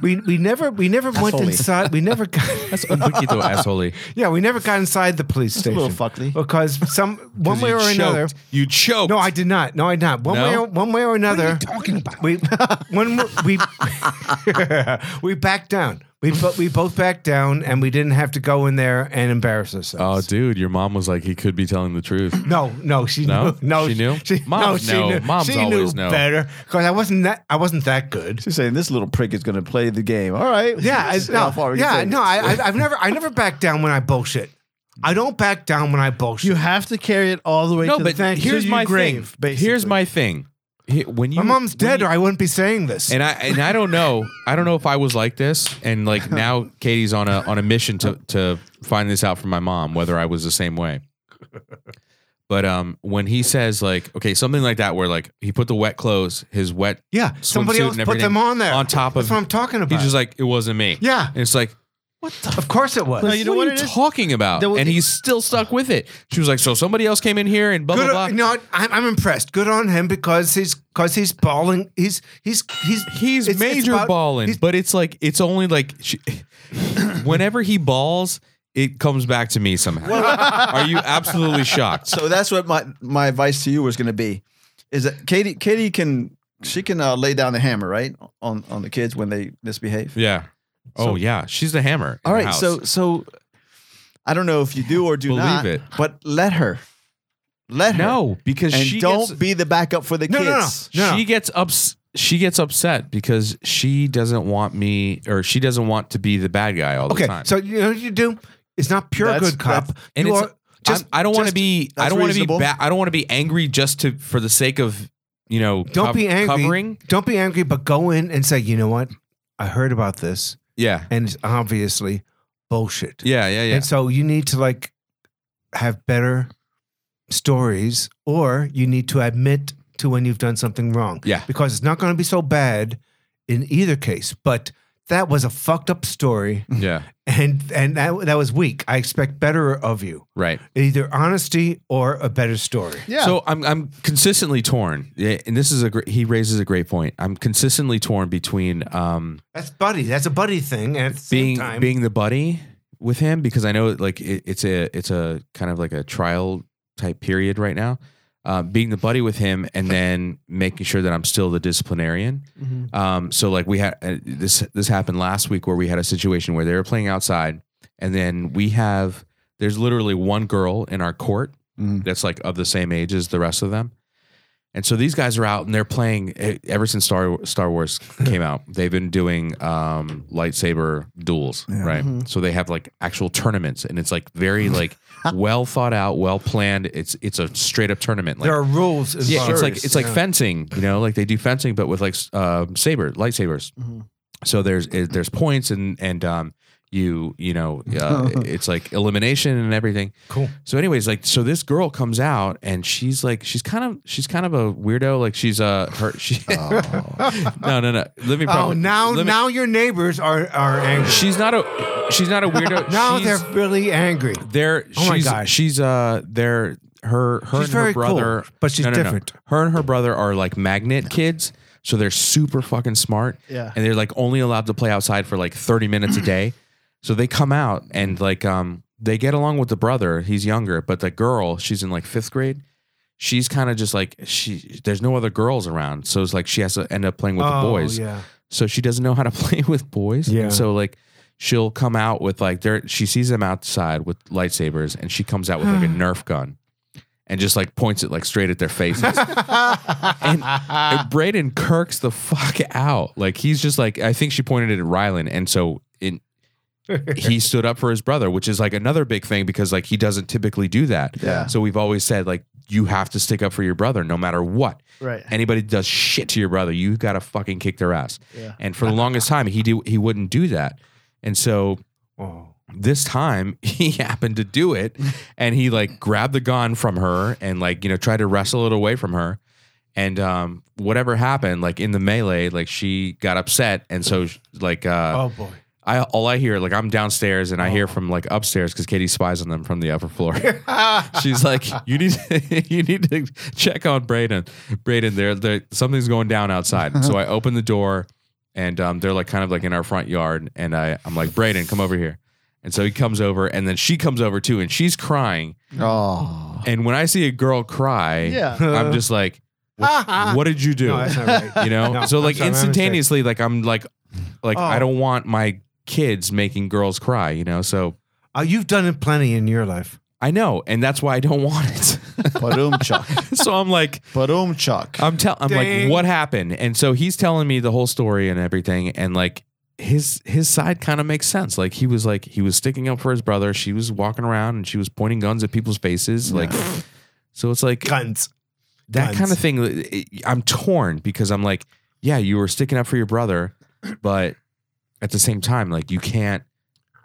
B: We we never we never went
A: Assholey.
B: inside. We never got
C: That's a poquito assholey.
B: yeah we never got inside the police
A: a little
B: station
A: fuckly.
B: because some one
C: 'Cause
B: way
C: you
B: or
C: choked.
B: another.
C: You choked.
B: No, I did not. No, I did not. One
C: No?
B: way, or, one way or another.
F: talking about?
B: We when we we backed down. We but we both backed down, and we didn't have to go in there and embarrass
C: Oh,
B: ourselves.
C: dude, your mom was like, he could be telling the truth.
B: no, no, she
C: No?
B: knew. No,
C: She knew?
B: She,
C: Moms
B: no,
C: know.
B: she knew.
C: Moms
B: she
C: always
B: knew
C: know.
B: better because I wasn't that. I wasn't that good.
A: She's saying this little prick is going to play the game. All right.
B: Yeah, I,
A: Let's see how
B: no,
A: far we can
B: yeah,
A: take
B: no.
A: it.
B: I, I, I've never, I never back down when I bullshit. I don't back down when I bullshit.
D: you have to carry it all the way
C: No,
D: to
C: but
D: the to
C: here's
D: your
C: my
D: grave,
C: thing.
D: Basically.
C: Here's my thing. He- When you,
B: My mom's
C: when
B: dead,
C: you-
B: or I wouldn't be saying this.
C: and I and I don't know. I don't know if I was like this. And like now, Katie's on a on a mission to to find this out from my mom whether I was the same way. But um, when he says like, okay, something like that, where like he put the wet clothes, his wet
B: yeah,
C: swimsuit
B: somebody else
C: and
B: put them
C: everything
B: on there.
C: on top of.
B: That's what I'm talking about.
C: he's just like, it wasn't me.
B: Yeah.
C: and it's like,
B: Of course it was.
D: No, you know
C: what,
D: what
C: are
D: it
C: you
D: is?
C: talking about?
D: There was-
C: and he's still stuck with it. She was like, so somebody else came in here and blah
B: Good,
C: blah blah.
B: no, I'm, I'm impressed. Good on him because he's because he's balling. He's he's he's it's-
C: He's
B: it's
C: major
B: about-
C: balling,
B: he's-
C: but it's like it's only like she, whenever he balls, it comes back to me somehow. Are you absolutely shocked?
A: so that's what my my advice to you was going to be is that katie katie can she can uh, lay down the hammer right on on the kids when they misbehave
C: yeah. Oh
A: So-
C: yeah, she's the hammer. in
A: all
C: the
A: right
C: house.
A: so so i don't know if you do or do
C: Believe
A: not
C: it.
A: but let her let her
C: no, because
A: and
C: she
A: don't
C: gets,
A: be the backup for the
B: No, no, no.
A: kids
B: No.
C: she gets ups she gets upset because she doesn't want me or she doesn't want to be the bad guy all
B: okay.
C: the time.
B: So you know what you do. It's not pure
A: That's-
B: good cop.
C: and
B: you
C: it's
B: are just
C: I'm, I don't want to
A: just-
C: be. I
A: that's
C: don't want to be.
A: reasonable.
C: Ba- I don't want to be angry just to for the sake of you know.
B: don't
C: cov-
B: be angry.
C: Covering.
B: Don't be angry, but go in and say, you know what? I heard about this,
C: Yeah.
B: and it's obviously bullshit.
C: Yeah. Yeah. Yeah.
B: And so you need to like have better stories, or you need to admit to when you've done something wrong.
C: Yeah.
B: Because it's not going to be so bad in either case. But that was a fucked up story,
C: yeah.
B: and and that that was weak. I expect better of you,
C: Right.
B: either honesty or a better story.
D: yeah.
C: So I'm I'm consistently torn. Yeah, and this is a great, he raises a great point. I'm consistently torn between um
B: That's buddy. That's a buddy thing. And at the same
C: being
B: time,
C: being the buddy with him because I know like it, it's a it's a kind of like a trial type period right now. Uh, being the buddy with him and then making sure that I'm still the disciplinarian.
B: Mm-hmm.
C: Um, so like we had uh, this this happened last week where we had a situation where they were playing outside and then we have there's literally one girl in our court
A: Mm.
C: that's like of the same age as the rest of them. And so these guys are out and they're playing eh, ever since Star Star Wars came out. They've been doing um, lightsaber duels, right? So they have like actual tournaments, and it's like very like well thought out, well planned. It's it's a straight up tournament. Like,
B: there are rules.
C: yeah,
B: involved.
C: it's like it's like
B: Yeah.
C: fencing, you know, like they do fencing, but with like s- uh, saber lightsabers.
B: Mm-hmm.
C: So there's eh, there's points and and um, you you know uh, it's like elimination and everything.
B: cool.
C: So, anyways, like, so this girl comes out and she's like, she's kind of, she's kind of a weirdo. Like, she's uh, her, she, no, no, no. Let me.
B: Oh,
C: prob-
B: now
C: let me-
B: now your neighbors are are angry.
C: she's not a, she's not a weirdo.
B: Now
C: she's,
B: they're really angry.
C: they're,
B: Oh my
C: she's,
B: gosh.
C: she's uh, they're her her
B: She's
C: and
B: very
C: her brother,
B: cool, but she's
C: No, no, no.
B: different.
C: Her and her brother are like magnet kids, so they're super fucking smart.
D: Yeah.
C: and they're like only allowed to play outside for like thirty minutes a day. So they come out and like um they get along with the brother. He's younger, but the girl she's in like fifth grade. She's kind of just like she. There's no other girls around, so it's like she has to end up playing with the
B: Oh,
C: boys
B: Yeah.
C: so she doesn't know how to play with boys.
B: Yeah.
C: And so like she'll come out with like there she sees them outside with lightsabers and she comes out with like a Nerf gun and just like points it like straight at their faces. and, and Braden kirks the fuck out. Like he's just like I think she pointed it at Rylan and so in he stood up for his brother, which is like another big thing because like he doesn't typically do that.
A: Yeah.
C: So we've always said like you have to stick up for your brother no matter what
D: Right.
C: anybody does shit to your brother, you gotta fucking kick their ass.
D: Yeah.
C: And for the longest time, he do, he wouldn't do that. And so
B: Oh.
C: this time he happened to do it, and he like grabbed the gun from her and like you know tried to wrestle it away from her. And um, whatever happened, like in the melee, like she got upset, and so like uh,
B: oh boy. Oh.
C: I all I hear like I'm downstairs and I hear from like upstairs because Katie spies on them from the upper floor. She's like, you need to, you need to check on Braden. Braden, there, there something's going down outside. so I open the door and um, they're like kind of like in our front yard and I I'm like Braden, come over here. And so he comes over and then she comes over too and she's crying.
A: Oh,
C: And when I see a girl cry,
D: Yeah.
C: I'm just like, what, what did you do?
B: No, that's not right.
C: you know
B: No,
C: so like
B: I'm sorry, my mistake.
C: instantaneously like i'm like like
B: Oh.
C: i don't want my kids making girls cry you know so
B: Uh, you've done it plenty in your life.
C: i know and that's why i don't want it
A: Padum Chuck.
C: so i'm like
A: Padum Chuck.
C: i'm tell i'm
B: Dang.
C: like what happened and so he's telling me the whole story and everything and like his his side kind of makes sense like he was like he was sticking up for his brother she was walking around and she was pointing guns at people's faces like so it's like
B: Guns.
C: that
B: Guns.
C: kind of thing it- i'm torn because i'm like yeah you were sticking up for your brother but at the same time like you can't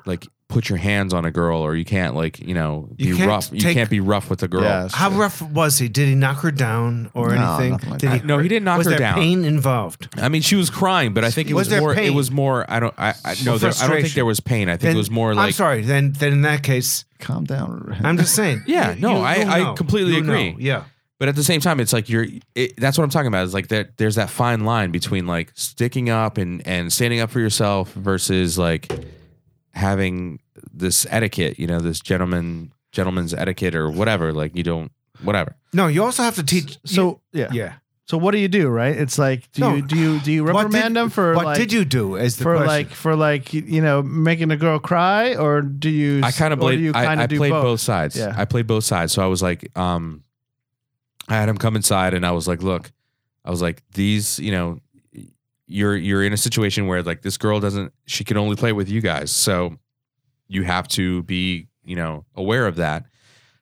C: like put your hands on a girl or you can't like you know be
B: You can't
C: rough you
B: take-
C: can't be rough with a girl
A: Yeah,
B: How rough was he? Did he knock her down or
A: No, nothing
B: anything?
A: like
B: Did
C: I- no he didn't knock
B: was
C: her
B: there
C: down
B: pain involved?
C: i mean she was crying but i think it
B: Was
C: was,
B: there
C: more
B: pain?
C: it was more i don't i, I
B: Or
C: no there, i don't think
B: frustration?
C: there was pain i think
B: Then-
C: it was more like
B: I'm sorry. Then, then in that case,
A: Calm down.
B: I'm just saying.
C: Yeah, no, I-
B: you'll
C: I
B: know.
C: completely
B: You'll
C: agree.
B: know, Yeah.
C: But at the same time, it's like you're. It, that's what I'm talking about. Is like there, there's that fine line between like sticking up and and standing up for yourself versus like having this etiquette. You know, this gentleman gentleman's etiquette or whatever. Like you don't whatever.
B: No, you also have to teach.
D: So yeah.
B: yeah.
D: So what do you do, right? It's like do
B: No.
D: you do you do you
B: What
D: reprimand
B: did-
D: them for
B: what
D: like,
B: did you do? As the
D: for
B: question.
D: like for like you know making a girl cry or do you
C: I kind
D: or
C: of
D: do
C: played.
D: you
C: I,
D: kinda
C: I
D: do
C: played both, sides.
D: Yeah.
C: I played both sides. So I was like, um, I had him come inside, and I was like, look, I was like, these, you know, you're you're in a situation where like this girl doesn't. She can only play with you guys, so you have to be, you know, aware of that.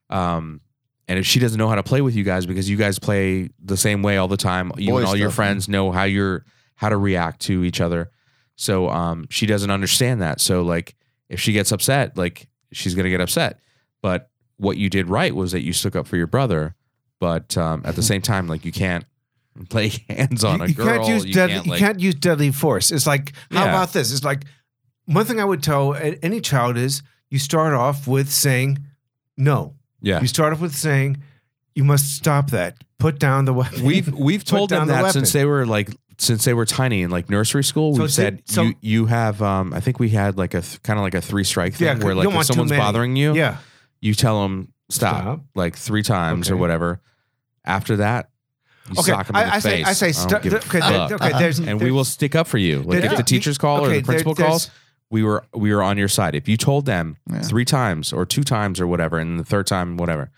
C: Um. And if she doesn't know how to play with you guys because you guys play the same way all the time, you
A: Boy
C: and all your
A: stuff, man.
C: friends know how you're how to react to each other. So um, she doesn't understand that. So like, if she gets upset, like she's gonna get upset. But what you did right was that you stuck up for your brother. But um, at the same time, like you can't play hands on
B: you,
C: a
B: you
C: girl.
B: Can't use
C: you
B: deadly,
C: can't
B: you
C: like.
B: can't use deadly force. It's like how
C: Yeah.
B: about this? It's like one thing I would tell a- any child is you start off with saying no.
C: yeah,
B: You start off with saying you must stop that. Put down the weapon.
C: we've we've
B: Put
C: told them
B: down the
C: that
B: weapon.
C: since they were like since they were tiny in like nursery school.
B: So
C: We've
B: did-
C: said
B: so-
C: you you have um I think we had like a th- kind of like a three strike thing
B: Yeah, 'cause
C: where
B: you
C: like
B: don't
C: if
B: want too
C: someone's
B: many.
C: bothering you,
B: yeah.
C: you tell them stop,
B: Stop.
C: like three times or
B: Okay.
C: whatever. After that, you
B: Okay.
C: sock 'em in
B: I,
C: the
B: I say
C: face.
B: I say
C: don't
B: stop.
C: give a
B: Okay,
C: fuck.
B: there- okay. There's
C: and we will stick up for you. Like
B: there-
C: if the teachers call
B: okay,
C: or the
B: there-
C: principal
B: there's-
C: calls, we were we were on your side. If you told them
A: Yeah.
C: three times or two times or whatever, and the third time whatever,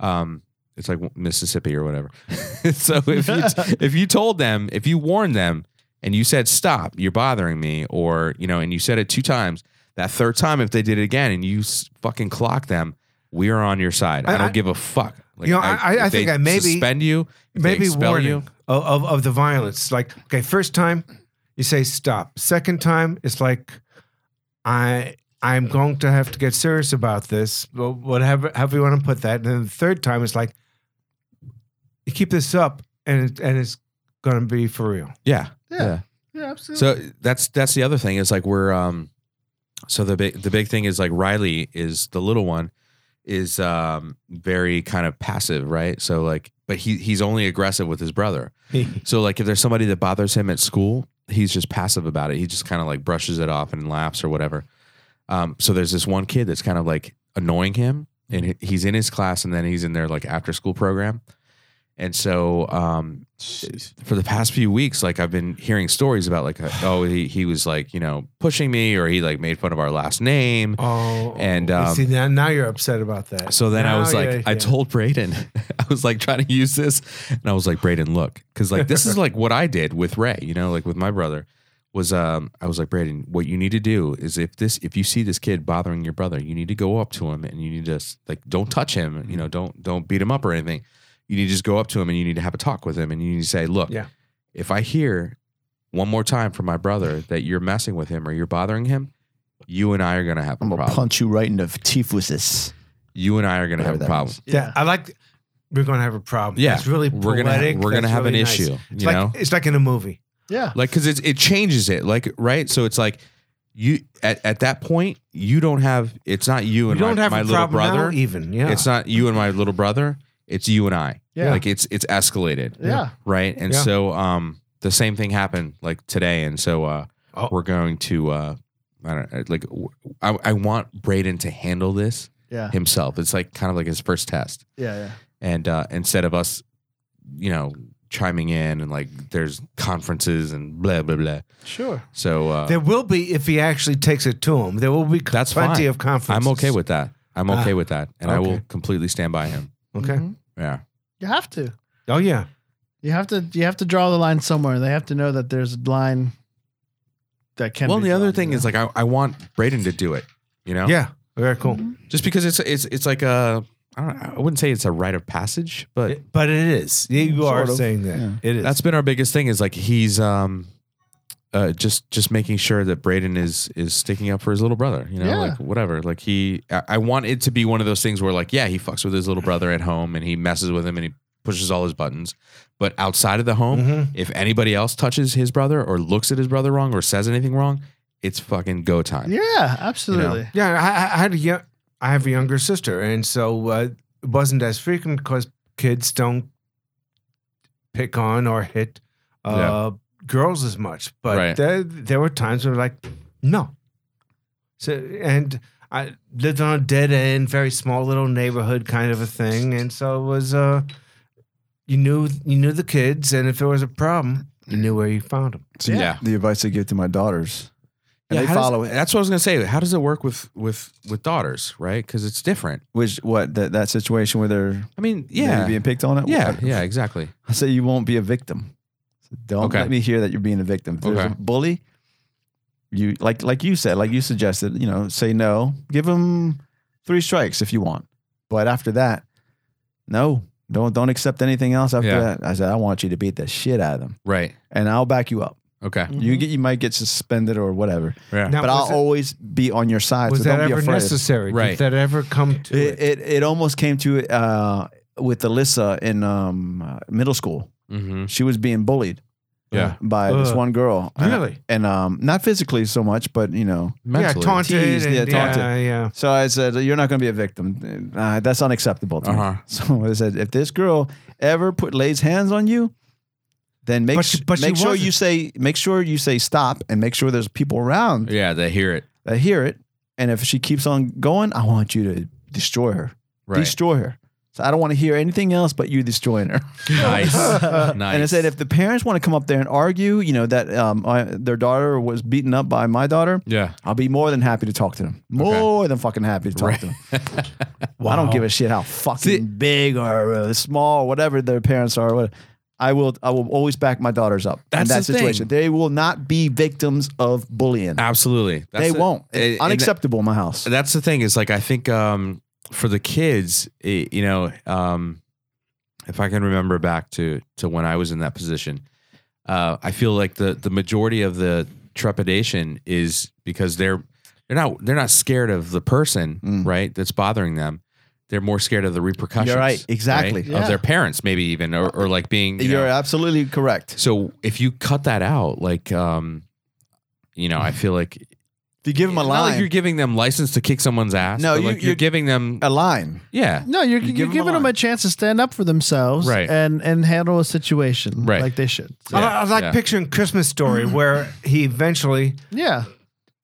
C: um, it's like Mississippi or whatever. so if you if you told them, if you warned them, and you said stop, you're bothering me, or you know, and you said it two times. That third time, if they did it again, and you s- fucking clock them, we are on your side. I,
B: I-
C: don't
B: I-
C: give a fuck. Like,
B: You know, I- I- I
C: if they
B: think I maybe-
C: suspend you, if they
B: maybe
C: expel
B: warning
C: you.
B: Of, of of the violence. Like okay, first time you say stop. Second time it's like I I'm going to have to get serious about this. wh- Whatever however you want to put that. And then the third time it's like you keep this up and it, and it's gonna be for real.
C: Yeah,
D: Yeah.
C: yeah.
D: Yeah, absolutely.
C: So that's that's the other thing is like we're um so the big the big thing is like Riley is the little one is um, very kind of passive, right? So like, but he he's only aggressive with his brother. So like, if there's somebody that bothers him at school, he's just passive about it. He just kind of like brushes it off and laughs or whatever. Um, so there's this one kid that's kind of like annoying him, and he- he's in his class, and then he's in their like after school program. And so um, for the past few weeks, like I've been hearing stories about like, oh, he, he was like, you know, pushing me or he like made fun of our last name.
B: Oh,
C: And,
B: you
C: um,
B: see now, now you're upset about that.
C: So then I
B: Now
C: was like,
B: you're-
C: I
B: yeah.
C: told Braden, I was like trying to use this, and I was like, Braden, look, because like this is like what I did with Ray, you know, like with my brother, was um, I was like, Braden, what you need to do is if this, if you see this kid bothering your brother, you need to go up to him and you need to s- like don't touch him,
B: Mm-hmm.
C: you know, don't don't beat him up or anything. You need to just go up to him and you need to have a talk with him and you need to say, look,
B: Yeah.
C: if I hear one more time from my brother that you're messing with him or you're bothering him, you and I are gonna have a
A: I'm gonna
C: problem.
A: punch you right in the tifuses.
C: You and I are gonna have a
A: Whatever that
C: problem.
A: means.
B: Yeah, I like. We're gonna have a problem.
C: Yeah,
B: it's really
C: we're gonna
B: poetic.
C: have, we're gonna
B: That's
C: have
B: really
C: an
B: nice.
C: issue,
B: It's
C: you
B: like
C: know,
B: it's like in a movie.
D: Yeah.
C: like because it it changes it, like right. So it's like you at, at that point you don't have it's not you
B: You
C: and
B: don't
C: my,
B: have
C: my
B: a
C: little
B: problem now
C: brother.
B: even. Yeah,
C: It's not you and my little brother. It's you and I.
D: Yeah.
C: like it's it's escalated,
D: Yeah.
C: right? And
B: Yeah.
C: so um the same thing happened like today, and so uh
B: Oh.
C: we're going to uh I don't like w- I I want Braden to handle this
D: Yeah.
C: himself. It's like kind of like his first test
D: Yeah. Yeah.
C: and uh, instead of us, you know, chiming in and like there's conferences and blah blah blah.
D: Sure.
C: So uh,
B: there will be if he actually takes it to him. There will be
C: That's
B: plenty
C: fine.
B: of confidence.
C: I'm okay with that. I'm okay
B: Ah,
C: with that, and I will
B: okay.
C: completely stand by him.
B: Okay.
D: Mhm.
C: Yeah,
D: You have to.
A: Mm-hmm.
B: Oh yeah.
D: You have to. You have to draw the line somewhere. They have to know that there's a line that can.
C: well,
D: be
C: the other
D: drawn,
C: thing
D: you
C: is
D: know?
C: like I, I want Braden to do it. You know,
B: Yeah. Very cool.
A: Mm-hmm.
C: just because it's it's it's like a I don't I wouldn't say it's a rite of passage, but
B: It- but it is. You you
A: Mm-hmm. Sort
B: are
A: of,
B: saying that.
A: yeah.
B: It is.
C: that's been our biggest thing is like he's um uh just just making sure that Braden is is sticking up for his little brother you know
D: Yeah.
C: like whatever like he I, I want it to be one of those things where like yeah he fucks with his little brother at home and he messes with him and he pushes all his buttons but outside of the home
B: Mhm.
C: if anybody else touches his brother or looks at his brother wrong or says anything wrong it's fucking go time
D: Yeah. Absolutely.
B: Yeah, I, I had a young, I have a younger sister, and so uh, it wasn't as frequent because kids don't pick on or hit uh, girls as much. But
C: Right.
B: there, there were times where like, no. So and I lived on a dead end, very small little neighborhood kind of a thing, and so it was. Uh, you knew you knew the kids, and if there was a problem, you knew where you found them.
A: So
C: Yeah.
A: The advice I give to my daughters, and
C: Yeah,
A: they
C: how does-
A: follow it.
C: that's what I was gonna say how does it work with with with daughters right because it's different
A: Which what that, that situation where they're
C: I mean
A: yeah
C: yeah
A: being picked on it.
C: yeah yeah exactly
A: I say you won't be a victim. So don't
C: Okay.
A: let me hear that you're being a victim. If there's
C: Okay.
A: a bully, you like like you said, like you suggested, you know, say no. Give them three strikes if you want. But after that, no. Don't don't accept anything else after
C: Yeah.
A: that. I said, I want you to beat the shit out of them.
C: right
A: And I'll back you up.
C: okay
A: You get you might get suspended or whatever.
C: yeah
B: Mm-hmm. Now,
A: but I'll
B: was that-
A: always be on your side.
B: was
A: so
B: that
A: don't be
B: ever
A: afraid.
B: necessary?
C: Right.
B: Did that ever come to
A: It, it it almost came to uh, with Alyssa in um, uh, middle school.
C: mm-hmm.
A: She was being bullied.
C: Yeah.
A: by this
B: Ugh.
A: one girl. And-
B: Really?
A: And, um, not physically so much, but you know.
B: Yeah, taunted.
A: Teased,
B: and-
A: yeah, taunted.
B: Yeah, yeah.
A: So I said, "You're not going to be a victim. Uh, that's unacceptable." To
C: Uh-huh.
A: me. So I said, "If this girl ever put lays hands on you, then make
B: But she-
A: su-
B: but she
A: make sure you
B: wasn't.
A: say make sure you say stop and make sure there's people around
C: Yeah, they hear it.
A: that hear it. And if she keeps on going, I want you to destroy her,
C: Right.
A: destroy her. So I don't want to hear anything else but you destroying her."
C: nice. nice.
A: And I said, if the parents want to come up there and argue, you know, that um, I, their daughter was beaten up by my daughter,
C: yeah.
A: I'll be more than happy to talk to them. More than fucking happy to talk to them. I don't give a shit how fucking big or uh, small or whatever their parents are. What I will, I will always back my daughters up
C: That's
A: in that
C: the thing.
A: situation. They will not be victims of bullying.
C: Absolutely. That's
A: they
C: the-
A: won't.
C: and- and
A: It's Unacceptable in my house.
C: that- that's the thing is like, I think um, for the kids, it, you know, um, if I can remember back to, to when I was in that position, uh, I feel like the, the majority of the trepidation is because they're, they're not, they're not scared of the person,
A: Mm.
C: right. That's bothering them. They're more scared of the repercussions.
A: right. Exactly.
C: Of
D: Yeah.
C: their parents, maybe even, or, or like being, you
A: You're
C: know,
A: absolutely correct.
C: So if you cut that out, like, um, you know, I feel like
A: If you give him a
C: Not like
A: line,
C: you're giving them license to kick someone's ass.
A: No,
C: but,
A: you-
C: like, you're,
A: you're- Oh,
C: giving them.
A: a line.
C: yeah,
D: No, you're,
A: You
D: you are
A: give 'em a
D: giving them a
A: line.
D: chance to stand up for themselves
C: Right.
D: and, and handle a situation
C: Right.
D: like they should.
B: I li- I, was like
C: yeah.
B: picturing Christmas Story where he eventually
D: Yeah.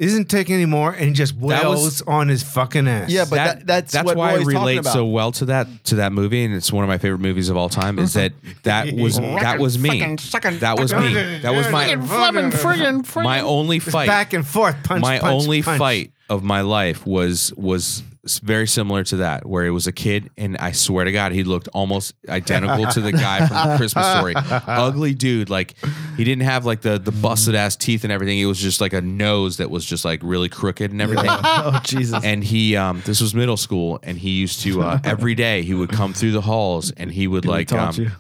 B: isn't taking anymore and he just
C: That
B: wails
C: was-
B: on his fucking ass.
A: Yeah, but that, that's what
C: why I
A: Roy's talking
C: relate
A: about.
C: so well to that to that movie, and it's one of my favorite movies of all time. Is that that was that was me? That was me. That was my
D: Flippin' friggin'
C: my only
B: It's
C: fight.
B: back and forth. Punch,
C: my
B: punch,
C: only
B: punch.
C: fight of my life was was s- very similar to that, where it was a kid, and I swear to God, he looked almost identical to the guy from Christmas Story. Ugly dude, like he didn't have like the the busted ass teeth and everything. It was just like a nose that was just like really crooked and everything.
D: Oh, Jesus.
C: And he, um, this was middle school, and he used to uh, every day he would come through the halls, and he would like um,
A: taunt you.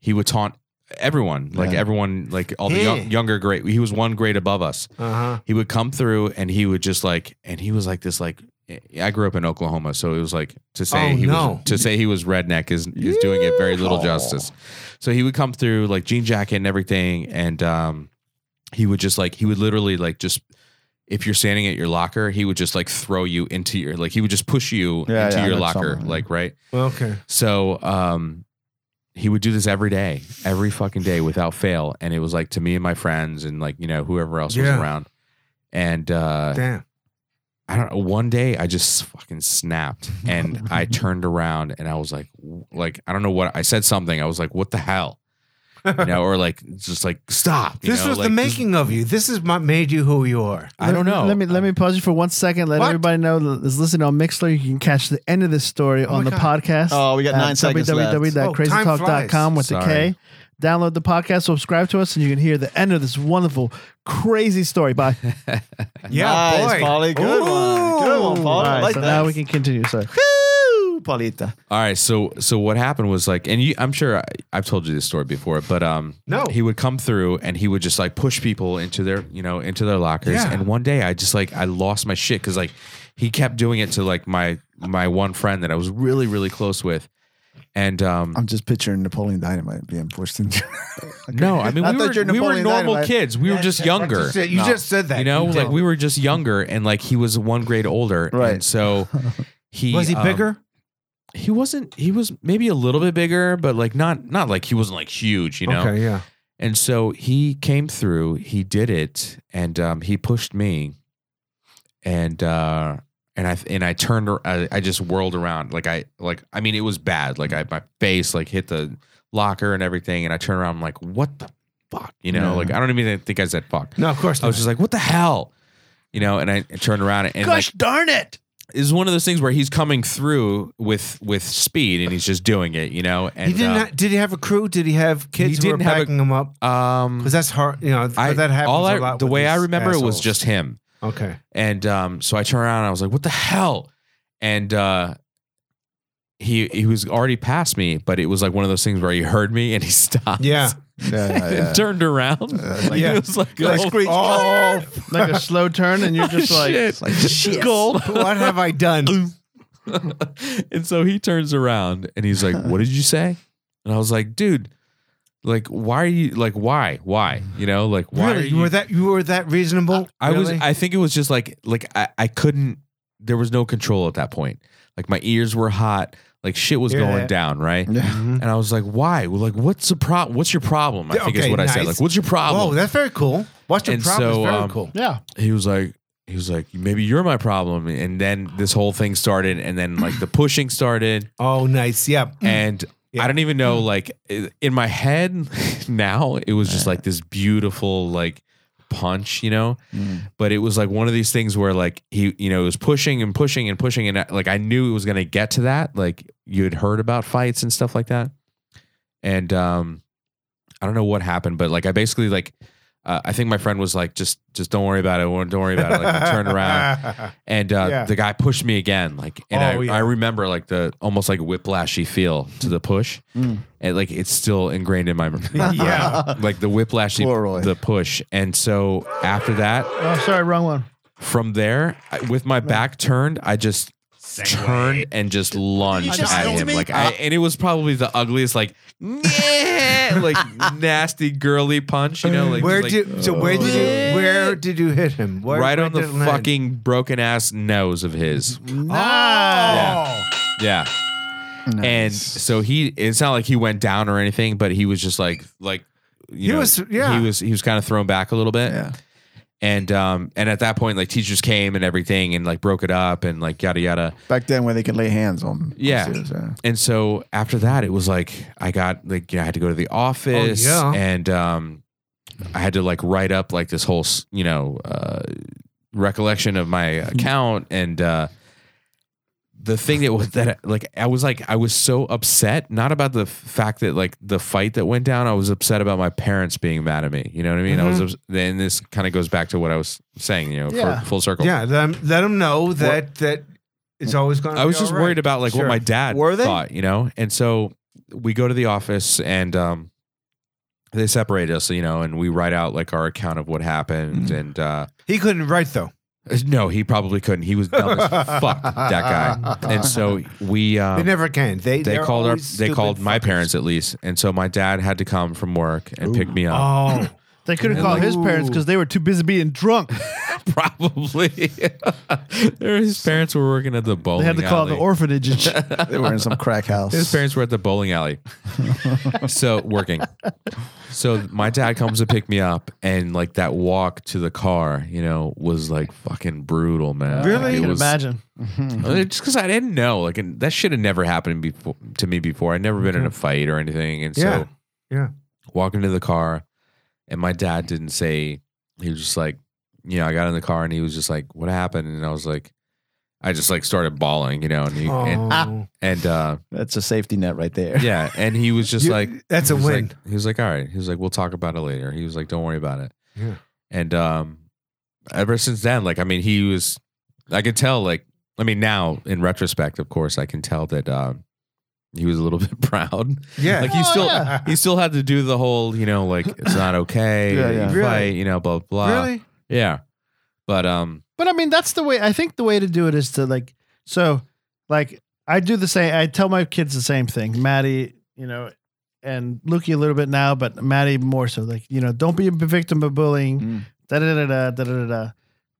C: he would taunt everyone, like
A: Yeah.
C: everyone, like all the
B: Yeah.
C: young, younger grade. He was one grade above us.
B: Uh-huh.
C: He would come through, and he would just like, and he was like this, like I grew up in Oklahoma, so it was like to say
B: Oh,
C: he
B: no.
C: was to say he was redneck is is doing it very little
A: Yeehaw.
C: justice. So he would come through like jean jacket and everything, and um, he would just like he would literally like just if you're standing at your locker, he would just like throw you into your like he would just push you
A: Yeah,
C: into
A: yeah, I
C: your
A: know
C: locker,
A: someone, yeah.
C: like right.
B: Well, okay.
C: So um he would do this every day, every fucking day without fail. And it was like to me and my friends and like, you know, whoever else was
B: Yeah.
C: around. And uh
B: Damn.
C: I don't know, one day I just fucking snapped and I turned around and I was like w- like I don't know what I said something. I was like, what the hell? You know, or like just like stop. you
B: This
C: know,
B: was
C: like,
B: the
C: this-
B: making of you. This is what made you who you are.
C: I don't know.
D: Let me let me pause you for one second. Let
B: What?
D: everybody know that is listening on Mixler. You can catch the end of this story on
B: my
D: the
B: God.
D: podcast.
A: Oh, we got
D: at
A: nine seconds left.
D: www.crazytalk.com
B: Oh,
D: with the K.
C: Sorry.
D: Download the podcast, subscribe to us, and you can hear the end of this wonderful, crazy story. Bye.
B: Yeah,
A: nice,
B: boy.
A: Polly. Good one. Good one,
B: Ooh.
A: Polly. I
D: All right,
A: like
D: so
A: that.
D: now we can continue. So
A: Woo, Polita.
C: All right, so so what happened was like, and you, I'm sure I, I've told you this story before, but um,
B: No.
C: he would come through and he would just like push people into their you know into their lockers,
B: Yeah.
C: and one day I just like I lost my shit because like he kept doing it to like my my one friend that I was really really close with, and um,
A: I'm just picturing Napoleon Dynamite being pushed into.
C: no, I mean
A: I
C: we
A: thought
C: were,
A: you're
C: we were
A: Napoleon
C: normal
A: Dynamite.
C: kids, we were just younger,
B: That's it. You
A: No.
B: just said that.
C: you know,
B: did.
C: like we were just younger, and like he was one grade older,
A: Right.
C: And so he
B: was he
C: um,
B: bigger?
C: He wasn't. He was maybe a little bit bigger, but like not not like he wasn't like huge, you know.
B: Okay, yeah.
C: And so he came through, he did it, and um, he pushed me, and uh, and I and I turned, ar- I, I just whirled around, like I like I mean it was bad, like I my face like hit the locker and everything, and I turned around, I'm like, what the fuck, you know,
A: Yeah.
C: like I don't even think I said fuck.
B: No, of course
C: I
B: not.
C: was just like, what the hell, you know, and I turned around and like,
D: darn it!
C: is one of those things where he's coming through with with speed and he's just doing it, you know, and
B: he didn't.
C: uh,
B: ha- did he have a crew? Did he have kids who were
C: didn't have a-
B: backing him up?
C: um,
B: Because that's hard. You know, th-
C: I,
B: that happens
C: all I,
B: a lot.
C: the
B: with
C: way I
B: these
C: remember it was
B: assholes.
C: just him.
B: okay.
C: And um, so I turned around and I was like, what the hell? And uh, he he was already past me, but it was like one of those things where he heard me and he stopped.
B: Yeah. Uh,
A: Yeah, yeah,
C: and
A: yeah.
C: turned around.
A: like-
C: yeah. It was like,
A: Like
C: oh,
A: screech.
B: Oh,
D: Like a slow turn, and you're just like,
C: shit.
A: Like, shit.
C: Gulp.
B: Oh, what have I done?
C: and so he turns around and he's like, "What did you say?" And I was like, "Dude, like, why are you like, why, why, you know, like, why
B: really,
C: are
B: you were that you were that reasonable?
C: I was.
B: Really?
C: I think it was just like like I, I couldn't. There was no control at that point. Like my ears were hot. Like shit was
B: Yeah.
C: going down, right?
A: Yeah.
B: Mhm.
C: And I was like, "Why? Well, like, what's the problem? What's your problem?" I
B: Yeah,
C: think is
B: okay,
C: what I said.
B: nice.
C: Like, what's your problem?
B: Whoa, that's very cool. What's your
C: And
B: problem?
C: so,
B: is very
C: um,
B: cool.
D: yeah,
C: he was like he was like maybe you're my problem and then this whole thing started and then like the pushing started
B: Oh, nice. Yeah.
C: and
B: Yeah.
C: i don't even know like i- in my head now it was just like this beautiful like punch you know but it was like one of these things where like he you know was pushing and pushing and pushing and uh, like i knew it was going to get to that like you had heard about fights and stuff like that and um i don't know what happened but like i basically like uh, i think my friend was like just just don't worry about it don't worry about it like turn around and uh,
B: Yeah.
C: the guy pushed me again like and
B: Oh,
C: I,
B: yeah.
C: I remember like the almost like whiplashy feel to the push
A: Mm.
C: and like it's still ingrained in my
A: Uh,
B: Yeah.
C: like the whiplashy
A: Poor Roy.
C: the push and so after that
D: oh, sorry, wrong one.
C: from there I- with my back turned i just turned and just lunged
F: just
C: at
F: don't
C: him.
F: make
C: Like, I, and it was probably the ugliest, like, yeah, like nasty girly punch. You know, like
B: where
C: like,
B: did so where did you where did you hit him? Where,
C: right
B: where
C: on the
B: did it land?
C: fucking broken ass nose of his.
B: Oh,
C: Yeah. And so he it's not like he went down or anything, but he was just like like you
B: He
C: know,
B: was- yeah.
C: he was he was kind of thrown back a little bit.
A: Yeah.
C: And um and at that point like teachers came and everything and like broke it up and like yada yada.
A: Back then, when they could lay hands on. uh,
C: Yeah.
A: officers, yeah.
C: And so after that, it was like I got like you know I had to go to the office
B: yeah.
C: and um I had to like write up like this whole s- you know uh, recollection of my account and uh, the thing that was that like I was like I was so upset not about the fact that like the fight that went down I was upset about my parents being mad at me you know what I mean I was ups- then this kind of goes back to what I was saying you know full-
D: Yeah.
C: full, circle
B: yeah. Let him, let him know that that it's always going.
C: I was just worried about like
B: Sure.
C: what my dad
A: Were they?
C: thought, you know. And so we go to the office and um they separate us, you know, and we write out like our account of what happened.
D: Mm.
C: And uh
B: He couldn't write though.
C: no, he probably couldn't. He was dumb as fuck, that guy. And so we um,
B: they never can. They
C: they
B: they're
C: called our
B: always
C: they
B: stupid
C: called my
B: fuckers.
C: parents at least. And so my dad had to come from work and pick me up.
B: Oh,
D: They couldn't call his parents because they were too busy being drunk.
C: Probably. His parents were working at the bowling.
D: They had to call
C: alley.
D: the orphanage and shit.
A: They were in some crack house.
C: His parents were at the bowling alley. so working. So my dad comes to pick me up and like that walk to the car, you know, was like fucking brutal, man.
B: Really?
C: Like,
D: I
C: it
D: can
C: was,
D: imagine.
C: uh, Just because I didn't know. Like and that should have never happened before to me before. I'd never been in a fight or anything. And so
B: Mm-hmm. Yeah. Yeah.
C: walking to the car and my dad didn't say he was just like, you know, I got in the car and he was just like, What happened? And I was like, I just like started bawling, you know, and he, and,
B: Oh.
C: and uh
A: That's a safety net right there.
C: yeah, and he was just
B: You-
C: like,
B: that's a
C: he was
B: win.
C: like- he was like, all right. He was like, we'll talk about it later. He was like, don't worry about it.
B: Yeah.
C: And um, ever since then, like, I mean, he was, I could tell, like, I mean, now in retrospect, of course, I can tell that um, he was a little bit proud.
B: yeah.
C: Like he
D: Oh,
C: still,
D: yeah.
C: he still had to do the whole, you know, like it's not okay,
A: Yeah,
C: that you
A: yeah.
C: fight,
B: Really?
C: you know, blah blah.
B: really?
C: Yeah. But um,
D: But I mean, that's the way. I think the way to do it is to like. So, like, I do the same. I tell my kids the same thing. Maddie, you know, and Lukey a little bit now, but Maddie more so. Like, you know, don't be a victim of bullying.
A: Mm.
D: Da da da da da da da.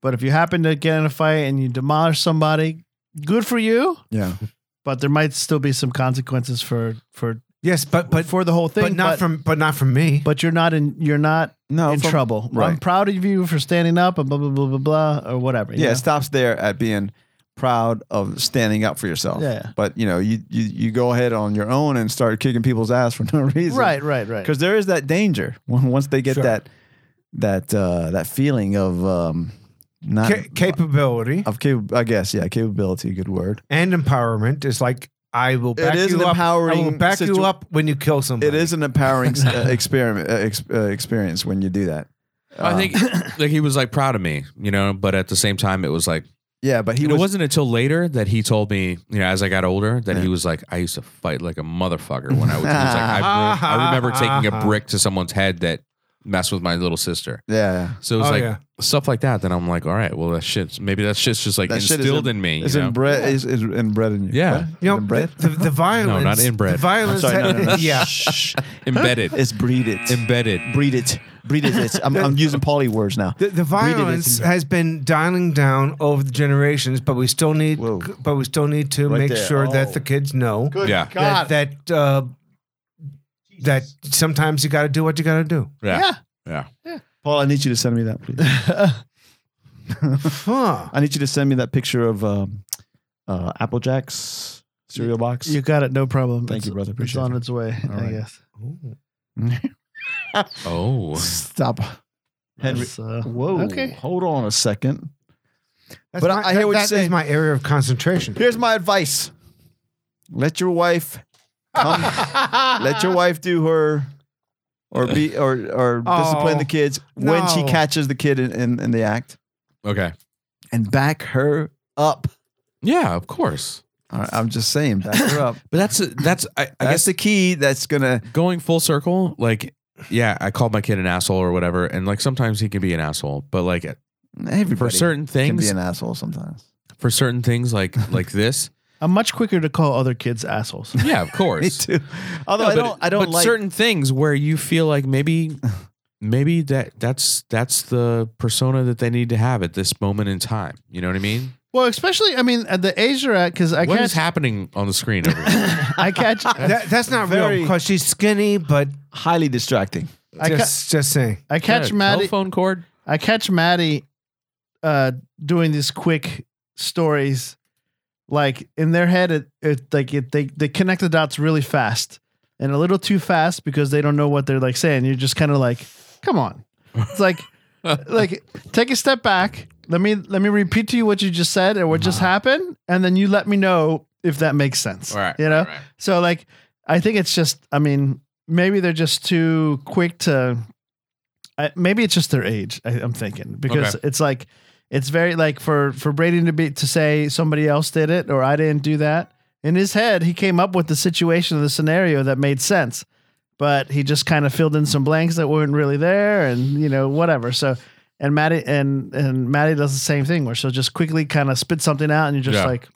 D: But if you happen to get in a fight and you demolish somebody, good for you.
A: Yeah.
D: But there might still be some consequences for for
B: Yes, but but
D: for the whole thing.
B: but not from but not from me.
D: But you're not in. You're not
A: No.
D: in
A: from-
D: trouble. I'm
A: right.
D: proud of you for standing up and blah blah blah blah blah or whatever. you
A: yeah,
D: know?
A: it stops there at being proud of standing up for yourself.
D: Yeah.
A: But you know, you you, you go ahead on your own and start kicking people's ass for no reason.
D: Right, right, right.
A: Because there is that danger when once they get
B: Sure.
A: that that uh that feeling of um not
B: Ca- capability
A: of cap- I guess, yeah, capability, good word.
B: and empowerment is like I will back
A: is
B: you
A: an
B: up. I will
A: empowering
B: back you
A: situa-
B: up when you kill somebody.
A: It is an empowering uh, experiment uh, ex- uh, experience when you do that.
C: I
A: Um,
C: think
B: Uh.
C: like he was like proud of me, you know. But at the same time, it was like.
A: yeah, but he
C: And
A: was
C: it wasn't until later that he told me, you know, as I got older, that
A: Yeah.
C: he was like, I used to fight like a motherfucker when I was. He was like, I, re- I remember taking a brick to someone's head that messed with my little sister.
A: yeah.
C: So it was
B: Oh
C: like
B: yeah.
C: stuff like that. Then I'm like, all right, well, that shit's maybe that shit's just like
A: That shit is
C: instilled
A: in-
C: in me.
A: It's
C: you know?
A: inbred is is inbred in you.
C: Yeah.
A: What?
B: You know,
A: inbred?
B: the, the, the violence.
C: No, not inbred.
B: The violence.
A: I'm sorry, no, no, no.
B: yeah.
C: Shh. embedded,
A: It's breed it.
C: embedded.
A: breed it. Breed it. It's- I'm, I'm using poly words now.
B: The, the
A: Breed it, it's
B: violence
A: inbred.
B: has been dialing down over the generations, but we still need,
A: Whoa.
B: but we still need to
A: Right
B: make
A: there.
B: sure
A: Oh.
B: that the kids know
C: Yeah.
B: that that, uh, that sometimes you got to do what you got to do.
C: Yeah.
D: Yeah.
A: Paul, I need you to send me that, please.
B: Huh.
A: I need you to send me that picture of um, uh, Apple Jacks cereal box.
D: You got it, no problem.
A: Thank
D: It's-
A: you, brother.
D: It's
A: Appreciate
D: on
A: it.
D: its way,
A: All
D: I
A: right.
D: guess.
C: Oh,
A: Stop. Henry.
D: That's, uh,
A: Whoa.
D: Okay.
A: Hold on a second.
B: That's
A: But
B: my-
A: I- I hear
B: that-
A: what you're
B: that is
A: saying.
B: my area of concentration.
A: Here's my advice. Let your wife come. let your wife do her or be or or
B: Oh,
A: discipline the kids when she
B: no.
A: catches the kid in, in, in the act.
C: okay.
A: And back her up.
C: Yeah, of course.
A: All right, I'm just saying, back her up.
C: But that's that's I, I
A: That's
C: guess
A: the key that's gonna
C: going full circle, like, yeah, I called my kid an asshole or whatever, and like sometimes he can be an asshole, but like
A: everybody
C: for certain
A: can be
C: things,
A: an asshole sometimes.
C: for certain things like like this.
D: I'm much quicker to call other kids assholes.
C: Yeah, of course.
A: Me too. Although
C: No,
A: I
C: but-
A: don't, I don't
C: but
A: like.
C: certain things where you feel like maybe, maybe that that's that's the persona that they need to have at this moment in time. You know what I mean?
D: Well, especially I mean at the age you're at because I
C: What is
D: catch
C: happening on the screen over here?
D: I catch
B: That, that's not
A: Very-
B: real because she's skinny, but
A: highly distracting.
D: I ca-
B: just just saying.
D: I catch
C: Yeah,
D: Maddie
C: telephone cord.
D: I catch Maddie uh, doing these quick stories, like in their head, it, it like it, they they connect the dots really fast and a little too fast because they don't know what they're like saying. You're just kind of like, come on, it's like like take a step back. Let me let me repeat to you what you just said or what just
C: Uh-huh.
D: happened, and then you let me know if that makes sense.
C: All right,
D: you know.
C: right, right.
D: So like I think it's just I mean maybe they're just too quick to I, maybe it's just their age I, I'm thinking because it's like it's very like for for Brady to be to say somebody else did it or I didn't do that in his head he came up with the situation of the scenario that made sense but he just kind of filled in some blanks that weren't really there and you know whatever so and Maddie and and Maddie does the same thing where she'll just quickly kind of spit something out and you're just
C: Yeah.
D: like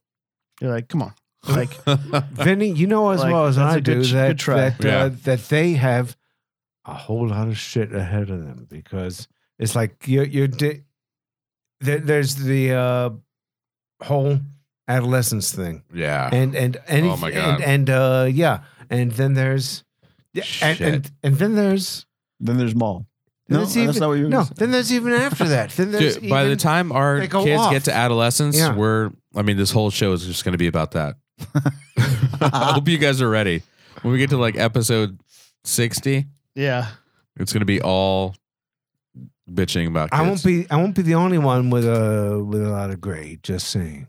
D: you're like come on like
B: Vinny, you know as
D: Like,
B: well as
D: that's
B: I
D: a good
B: do
D: sh-
B: that
D: good try.
B: that uh,
C: Yeah.
B: that they have a whole lot of shit ahead of them because it's like you you di- there, there's the uh, whole adolescence thing
C: Yeah.
B: and and any,
C: Oh my God.
B: and, and uh, yeah and then there's yeah, and, and
C: Shit.
B: and then there's
A: Then there's mall.
B: then
A: No,
B: there's
A: that's
B: even-
A: not what you were
B: no
A: gonna say.
B: then there's even after that then there's
C: Dude, by the
B: even-
C: time our
B: they
C: kids
B: go off.
C: get to adolescence,
B: Yeah.
C: we're I mean, this whole show is just gonna be about that. I hope you guys are ready. When we get to like episode sixty,
D: yeah
C: it's gonna be all bitching about kids.
B: I won't be I won't be the only one with a with a lot of gray just saying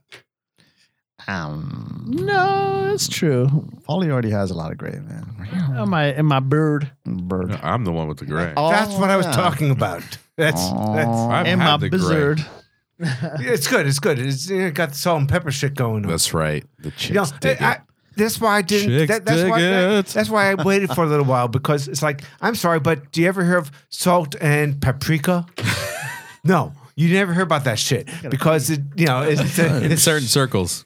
A: Um,
D: No, that's true.
A: Polly already has a lot of gray, man.
D: Am I am my bird?
A: Bird.
C: No, I'm the one with the gray.
B: that's what I was
A: yeah.
B: talking about that's that's
A: Aw.
C: I've
D: Am
C: had
D: I
C: the gray.
D: bizard?
B: Yeah, it's good. It's good. It's you know, got the salt and pepper shit going on.
C: That's right. The
B: you know,
C: chicks dig
B: I, that's why I didn't.
C: Chicks
B: That, that's
C: dig
B: why. that-
C: it.
B: that's why I waited for a little while because it's like I'm sorry, but do you ever hear of salt and paprika? no, you never hear about that shit because it, you know it's, it's,
C: it. in certain circles.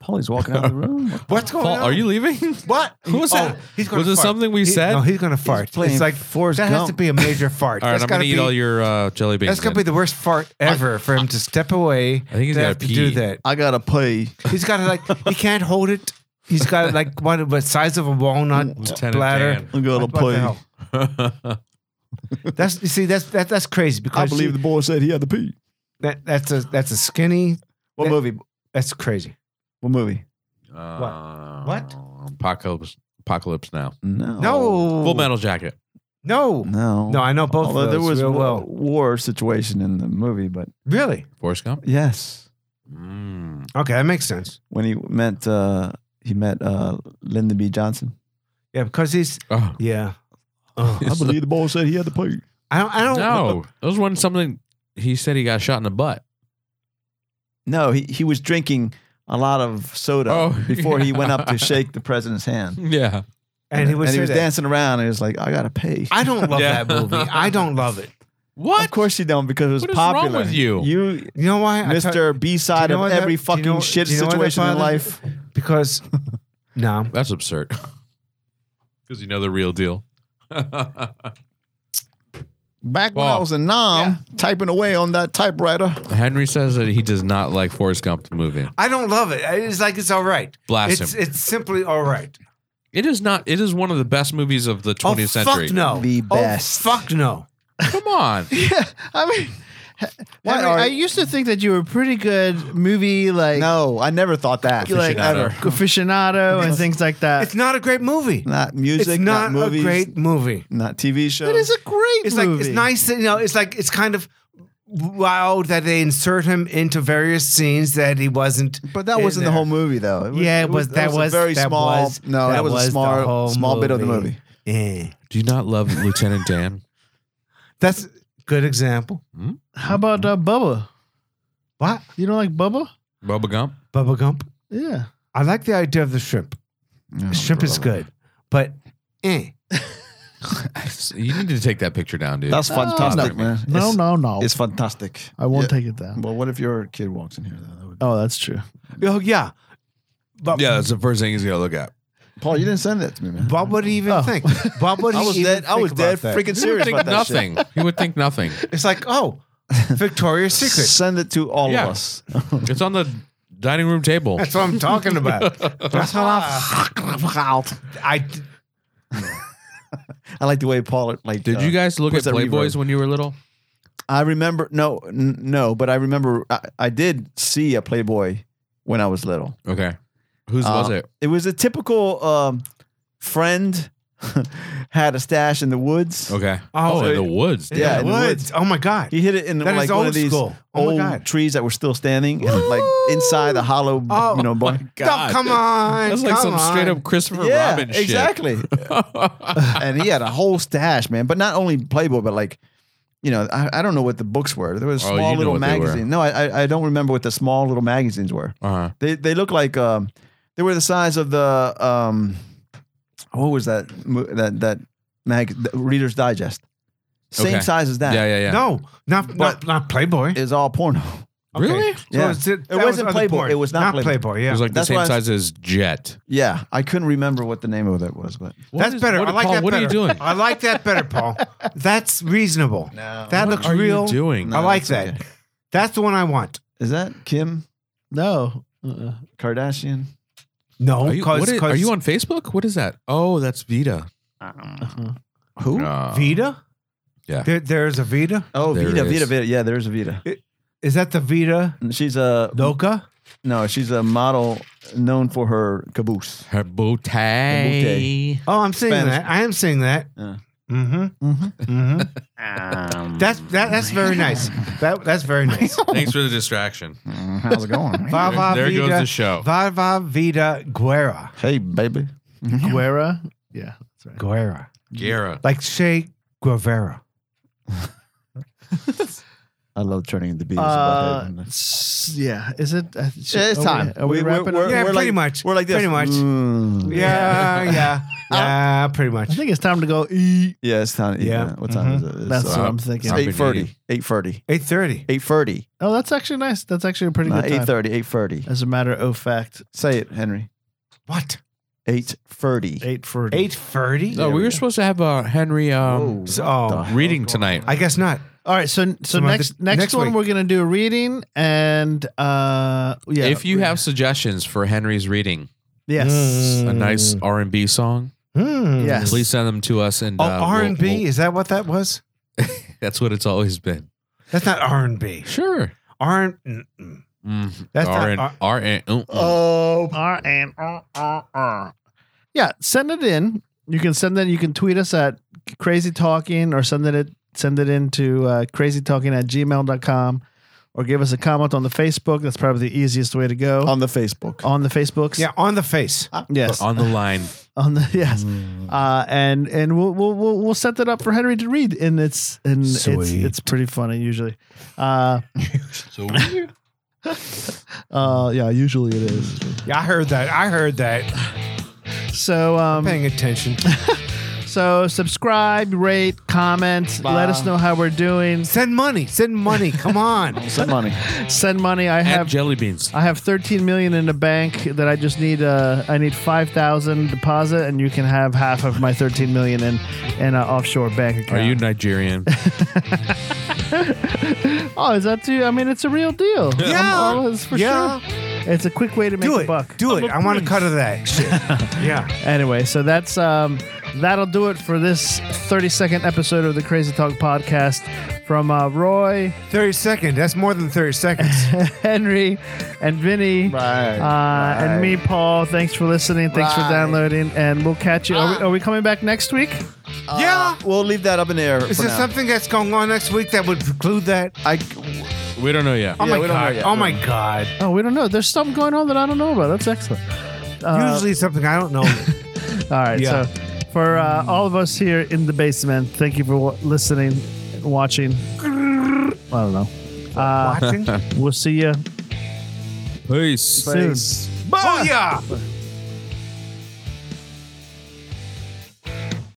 A: Polly's walking out of the room. What
B: what's going
C: Paul,
B: on.
C: are you leaving?
B: What?
C: Who was
B: Oh,
C: that?
B: He's gonna
C: Was it
B: fart.
C: something we
B: He-
C: said?
B: No, he's gonna fart.
A: playing
B: it's like
A: Forrest
B: that has to
A: Gump.
B: be a major fart.
C: All right,
B: That's
C: I'm gonna
B: gotta
C: eat
B: be-
C: all your uh, jelly beans.
B: That's gonna be
C: then.
B: the worst fart ever for him to step away.
C: I think he's
B: to
C: gotta
B: have to do
C: pee.
B: that.
A: I gotta pay.
B: He's got to like he can't hold it. He's got like one the size of a walnut
C: Lieutenant
B: bladder.
C: Dan.
A: I gotta
B: What the
A: pay.
B: hell? That's you see that's that, that's crazy
A: I
B: because
A: believe
B: she-
A: the boy said he had to pee.
B: that that's a that's a skinny.
A: What
B: that-
A: movie?
B: That's crazy.
A: What movie?
C: Uh,
B: What?
C: Apocalypse. Apocalypse now.
A: No.
B: No,
C: Full Metal Jacket.
B: No,
A: No.
B: no, I know both
A: Although
B: of those
A: there was
B: real
A: wa-
B: well.
A: war situation in the movie, but
B: Really?
C: Forrest Gump.
A: yes,
C: Mm.
B: Okay, that makes sense.
A: when he met uh, he met uh, Lyndon B. Johnson.
B: Yeah, because he's
C: Oh.
B: yeah. Oh,
A: I believe the boy said he had to pay.
B: I don't. I don't.
C: No, that was when something he said he got shot in the butt.
A: No, he, he was drinking a lot of soda
C: Oh,
A: before he
C: yeah.
A: went up to shake the president's hand.
C: Yeah.
B: And he was,
A: and he was
B: dancing.
A: dancing around and he was like, I gotta pay.
B: I don't love
C: Yeah.
B: that movie. I don't love it.
C: What?
A: Of course you don't because it was
C: What is wrong
A: popular.
C: with you?
A: You
B: You know why? I tell-
A: Mr. B
B: Do you
A: side
B: know why
A: of
B: that-
A: every
B: do you
A: fucking
B: know-
A: shit
B: do you know why that
A: situation in
B: bothers
A: life.
B: me? Because no,
C: That's absurd. Because you know the real deal.
A: Back when I
C: Well,
A: was a nom, typing away on that typewriter.
C: Henry says that he does not like Forrest Gump the movie.
B: I don't love it. It's like it's all right.
C: Blast
B: it's
C: him.
B: it's simply all right.
C: It is not. It is one of the best movies of the 20th
B: oh
C: century.
B: fuck no,
A: The best.
B: Oh, fuck no.
C: Come on.
D: yeah, I mean,
A: Why
D: Henry,
A: are-
D: I used to think that you were a pretty good movie like
A: No, I never thought that.
D: like
C: aficionado.
D: aficionado and things like that.
B: It's not a great movie.
A: Not
B: It's
A: music,
B: not,
A: not movies,
B: a great movie.
A: not TV shows.
D: It is a great
B: It's
D: movie.
B: like it's nice that you know. It's like it's kind of wow that they insert him into various scenes that he wasn't.
A: But that
B: in
A: wasn't the
B: there.
A: whole movie, though.
B: Yeah, it was. That was
A: a very
B: that
A: small.
B: was-
A: no, that, was, a
B: the
A: small,
B: whole
A: small bit of the movie.
B: Yeah.
C: Do you not love Lieutenant Dan?
B: That's a good example.
D: How about uh, Bubba?
B: What
D: You don't like Bubba?
C: Bubba Gump?
B: Bubba Gump?
D: Yeah.
B: I like the idea of the shrimp. shrimp is good, but eh.
C: you need to take that picture down, dude.
A: That's Oh. fantastic,
C: no,
A: man.
D: No,
A: it's,
D: no, no.
A: It's fantastic.
D: I won't
A: Yeah.
D: take it down.
A: Well, what if your kid walks in here? Though? That would
D: Oh, that's true.
B: Oh yeah, but
C: yeah, that's the first thing he's gonna look at.
A: Paul, you didn't send that to me, man.
B: Bob would even
D: Oh.
B: think. Bob would.
A: I was
B: even
A: dead. I
B: think
A: was
B: about
A: dead.
B: that.
A: Freaking serious
C: Think
A: about that shit.
C: nothing. He would think nothing.
B: It's like oh, Victoria's Secret.
A: Send it to all
C: Yeah.
A: of us.
C: It's on the dining room table.
B: That's what I'm talking about. That's how I. I
A: I like the way Paul like.
C: Did
A: uh,
C: you guys look at
A: puts that
C: Playboys
A: reverb.
C: when you were little?
A: I remember. No, n- no, but I remember. I, I did see a Playboy when I was little.
C: Okay. Whose was
A: Uh,
C: it?
A: It was a typical um, friend had a stash in the woods.
C: Okay.
B: Oh,
C: Oh, in
B: it-
C: the woods. dude.
A: Yeah, in the
B: What?
A: woods.
B: Oh my god.
A: He hit it in
B: That
A: like
B: is
A: one
B: old
A: of these
B: school. Oh my
A: old
B: God.
A: trees that were still standing, and like inside the hollow,
B: Oh
A: you know,
C: My
A: barn.
C: God.
B: Oh, come on.
C: That's like
B: come
C: some straight
B: on.
C: up Christopher
A: yeah,
C: Robin shit. Uh-huh.
A: exactly. and he had a whole stash, man. But not only Playboy, but like, you know, I, I don't know what the books were. There was a
C: Oh, you
A: small
C: know
A: little
C: what they were.
A: magazine. No, I, I I don't remember what the small little magazines were.
C: Uh-huh.
A: They they look like um, they were the size of the um, what was that mo- that that mag the Reader's Digest, same
C: Okay.
A: size as that.
C: Yeah, yeah, yeah.
B: No, not not not Playboy.
A: It's all porno.
C: Really?
B: So
A: Yeah.
B: it's- it, that
A: wasn't
B: was other
A: Playboy.
B: porn.
A: It was not Playboy.
B: Yeah.
C: It was like
A: That's
C: the
A: why
C: same
A: I-
C: size as Jet.
A: Yeah, I couldn't remember what the name of it was, but
C: What
B: That's
C: is-
B: better.
C: what-
B: I like
C: Paul,
B: that.
C: What are
B: better.
C: you doing?
B: I like that better, Paul. That's reasonable. That
C: What
B: looks
C: are you
B: real.
C: doing?
B: I
A: No,
B: like
A: it's
B: that.
A: okay.
B: That's the one I want.
A: is that Kim
D: No. Uh-uh.
A: Kardashian?
B: No,
C: Are you, what
B: because
C: is- are you on Facebook? What is that? Oh, that's Vita.
D: Uh-huh.
A: Who?
C: Uh,
B: Vita?
C: Yeah.
B: There, there's a Vita.
A: Oh,
C: There
A: Vita,
C: it is.
A: Vita, Vita. Yeah, there's a Vita.
B: Is that the Vita
A: She's a
B: Loca?
A: no. She's a model known for her caboose.
C: Her booty.
B: Oh, I'm seeing
A: Spanish.
B: that. I am seeing that.
A: Yeah. Um.
B: Mm-hmm. Mm-hmm. that's that, that's very nice. That that's very nice.
C: Thanks for the distraction.
A: How's it going?
B: Va va
C: There goes
B: vida-
C: the show.
B: Va va vida guerra.
A: hey, baby.
D: Guerra. Yeah, that's right.
B: Guerra.
C: Guerra.
B: Like Che Guevara.
A: I love turning the beats.
D: Uh,
A: about that.
D: s- yeah. Is it? uh, should-
A: Yeah, it's
D: are
A: time.
D: We, are we,
A: We- we're-
D: wrapping
A: we're-
D: up?
B: Yeah,
A: like-
B: pretty much.
A: We're like this.
B: Pretty much.
A: Mm.
B: Yeah, yeah. Yeah, pretty
D: I
B: much.
D: think it's time to go eat.
A: Yeah, it's time. to eat,
B: Yeah. Mm-hmm.
A: man. What time is it? It's,
D: That's
A: uh,
D: what
C: uh,
D: I'm thinking.
C: I've been
A: Eight thirty.
C: eating.
A: Eight thirty.
B: 8.30.
A: Eight thirty.
D: Oh, that's actually nice. That's actually a pretty good time.
A: Eight thirty. Eight thirty.
D: As a matter of fact,
A: Uh, Say it, Henry.
B: What?
A: Eight thirty.
D: eight for
B: 8.30?
C: No, we were supposed to have uh, Henry um,
B: So, oh,
C: reading tonight.
B: I guess not.
D: All right, so so
B: Tomorrow-
D: next next,
B: next
D: one
B: week.
D: we're gonna do a reading and uh yeah
C: if you
D: re-
C: have suggestions for Henry's reading,
D: yes
B: Mm.
C: a nice R and B song,
B: Hmm.
D: Yes.
C: please send them to us. And
B: Oh,
C: uh, we'll-
B: R&B?
C: we'll-
B: Is that what that was?
C: that's what it's always been.
B: That's not R&B.
C: Sure.
B: R and mm-mm.
C: Mm,
B: That's
C: R
B: not
C: and R and mm, mm.
D: oh R and R R R yeah send it in you can send that you can tweet us at crazy talking or send it send it in to uh, crazy talking at gmail.com or give us a comment on the Facebook that's probably the easiest way to go
A: On the Facebook.
D: on the Facebooks
B: Yeah, on the face.
D: yes
C: on the line.
D: on the yes,
B: Mm.
D: uh, and and we'll, we'll we'll we'll set that up for Henry to read, and it's and it's
B: Sweet.
D: it's pretty funny usually. Uh, uh, yeah, usually it is.
B: Yeah, I heard that. I heard that.
D: So um,
B: Paying attention.
D: so subscribe, rate, comment, let us know how we're doing.
B: Send money. Send money. Come on.
A: Some money.
D: Send money. I
C: At
D: have
C: jelly beans.
D: I have 13 million in the bank that I just need. Uh, I need 5,000 deposit, and you can have half of my 13 million in in an offshore bank
C: Are
D: account.
C: you Nigerian?
D: Oh, is that too? I mean, it's a real deal.
B: Yeah.
D: Oh, it's for
B: Yeah.
D: sure. It's a quick way to make
B: Do
D: a
B: it.
D: buck.
B: Do it. I want a cut of that shit. yeah.
D: Anyway, so that's um, that'll do it for this 30 second episode of the Crazy Talk podcast from uh, Roy,
B: 30 seconds. That's more than 30 seconds.
D: Henry, and Vinny.
A: Right.
D: Uh, And me, Paul. Thanhanks for listening. Thanks for
A: Right.
D: downloading. And we'll catch you. Are we, are we coming back next week?
B: yeah.
A: We'll leave that up in the air.
B: Is
A: for
B: there
A: now.
B: something that's going on next week that would preclude that?
A: I
C: we don't know yet.
B: Oh
A: Yeah,
B: my
A: we don't know
B: god!
A: yet.
B: Oh
A: We
B: my
A: don't
B: god!
D: Oh, we don't know. There's something going on that I don't know about. That's excellent.
B: Usually something I don't know.
D: All right.
B: Yeah.
D: So, for uh, all of us here in the basement, thank you for w- listening, watching. I don't know.
B: watching.
D: We'll see you
C: Peace.
D: soon.
B: Booyah!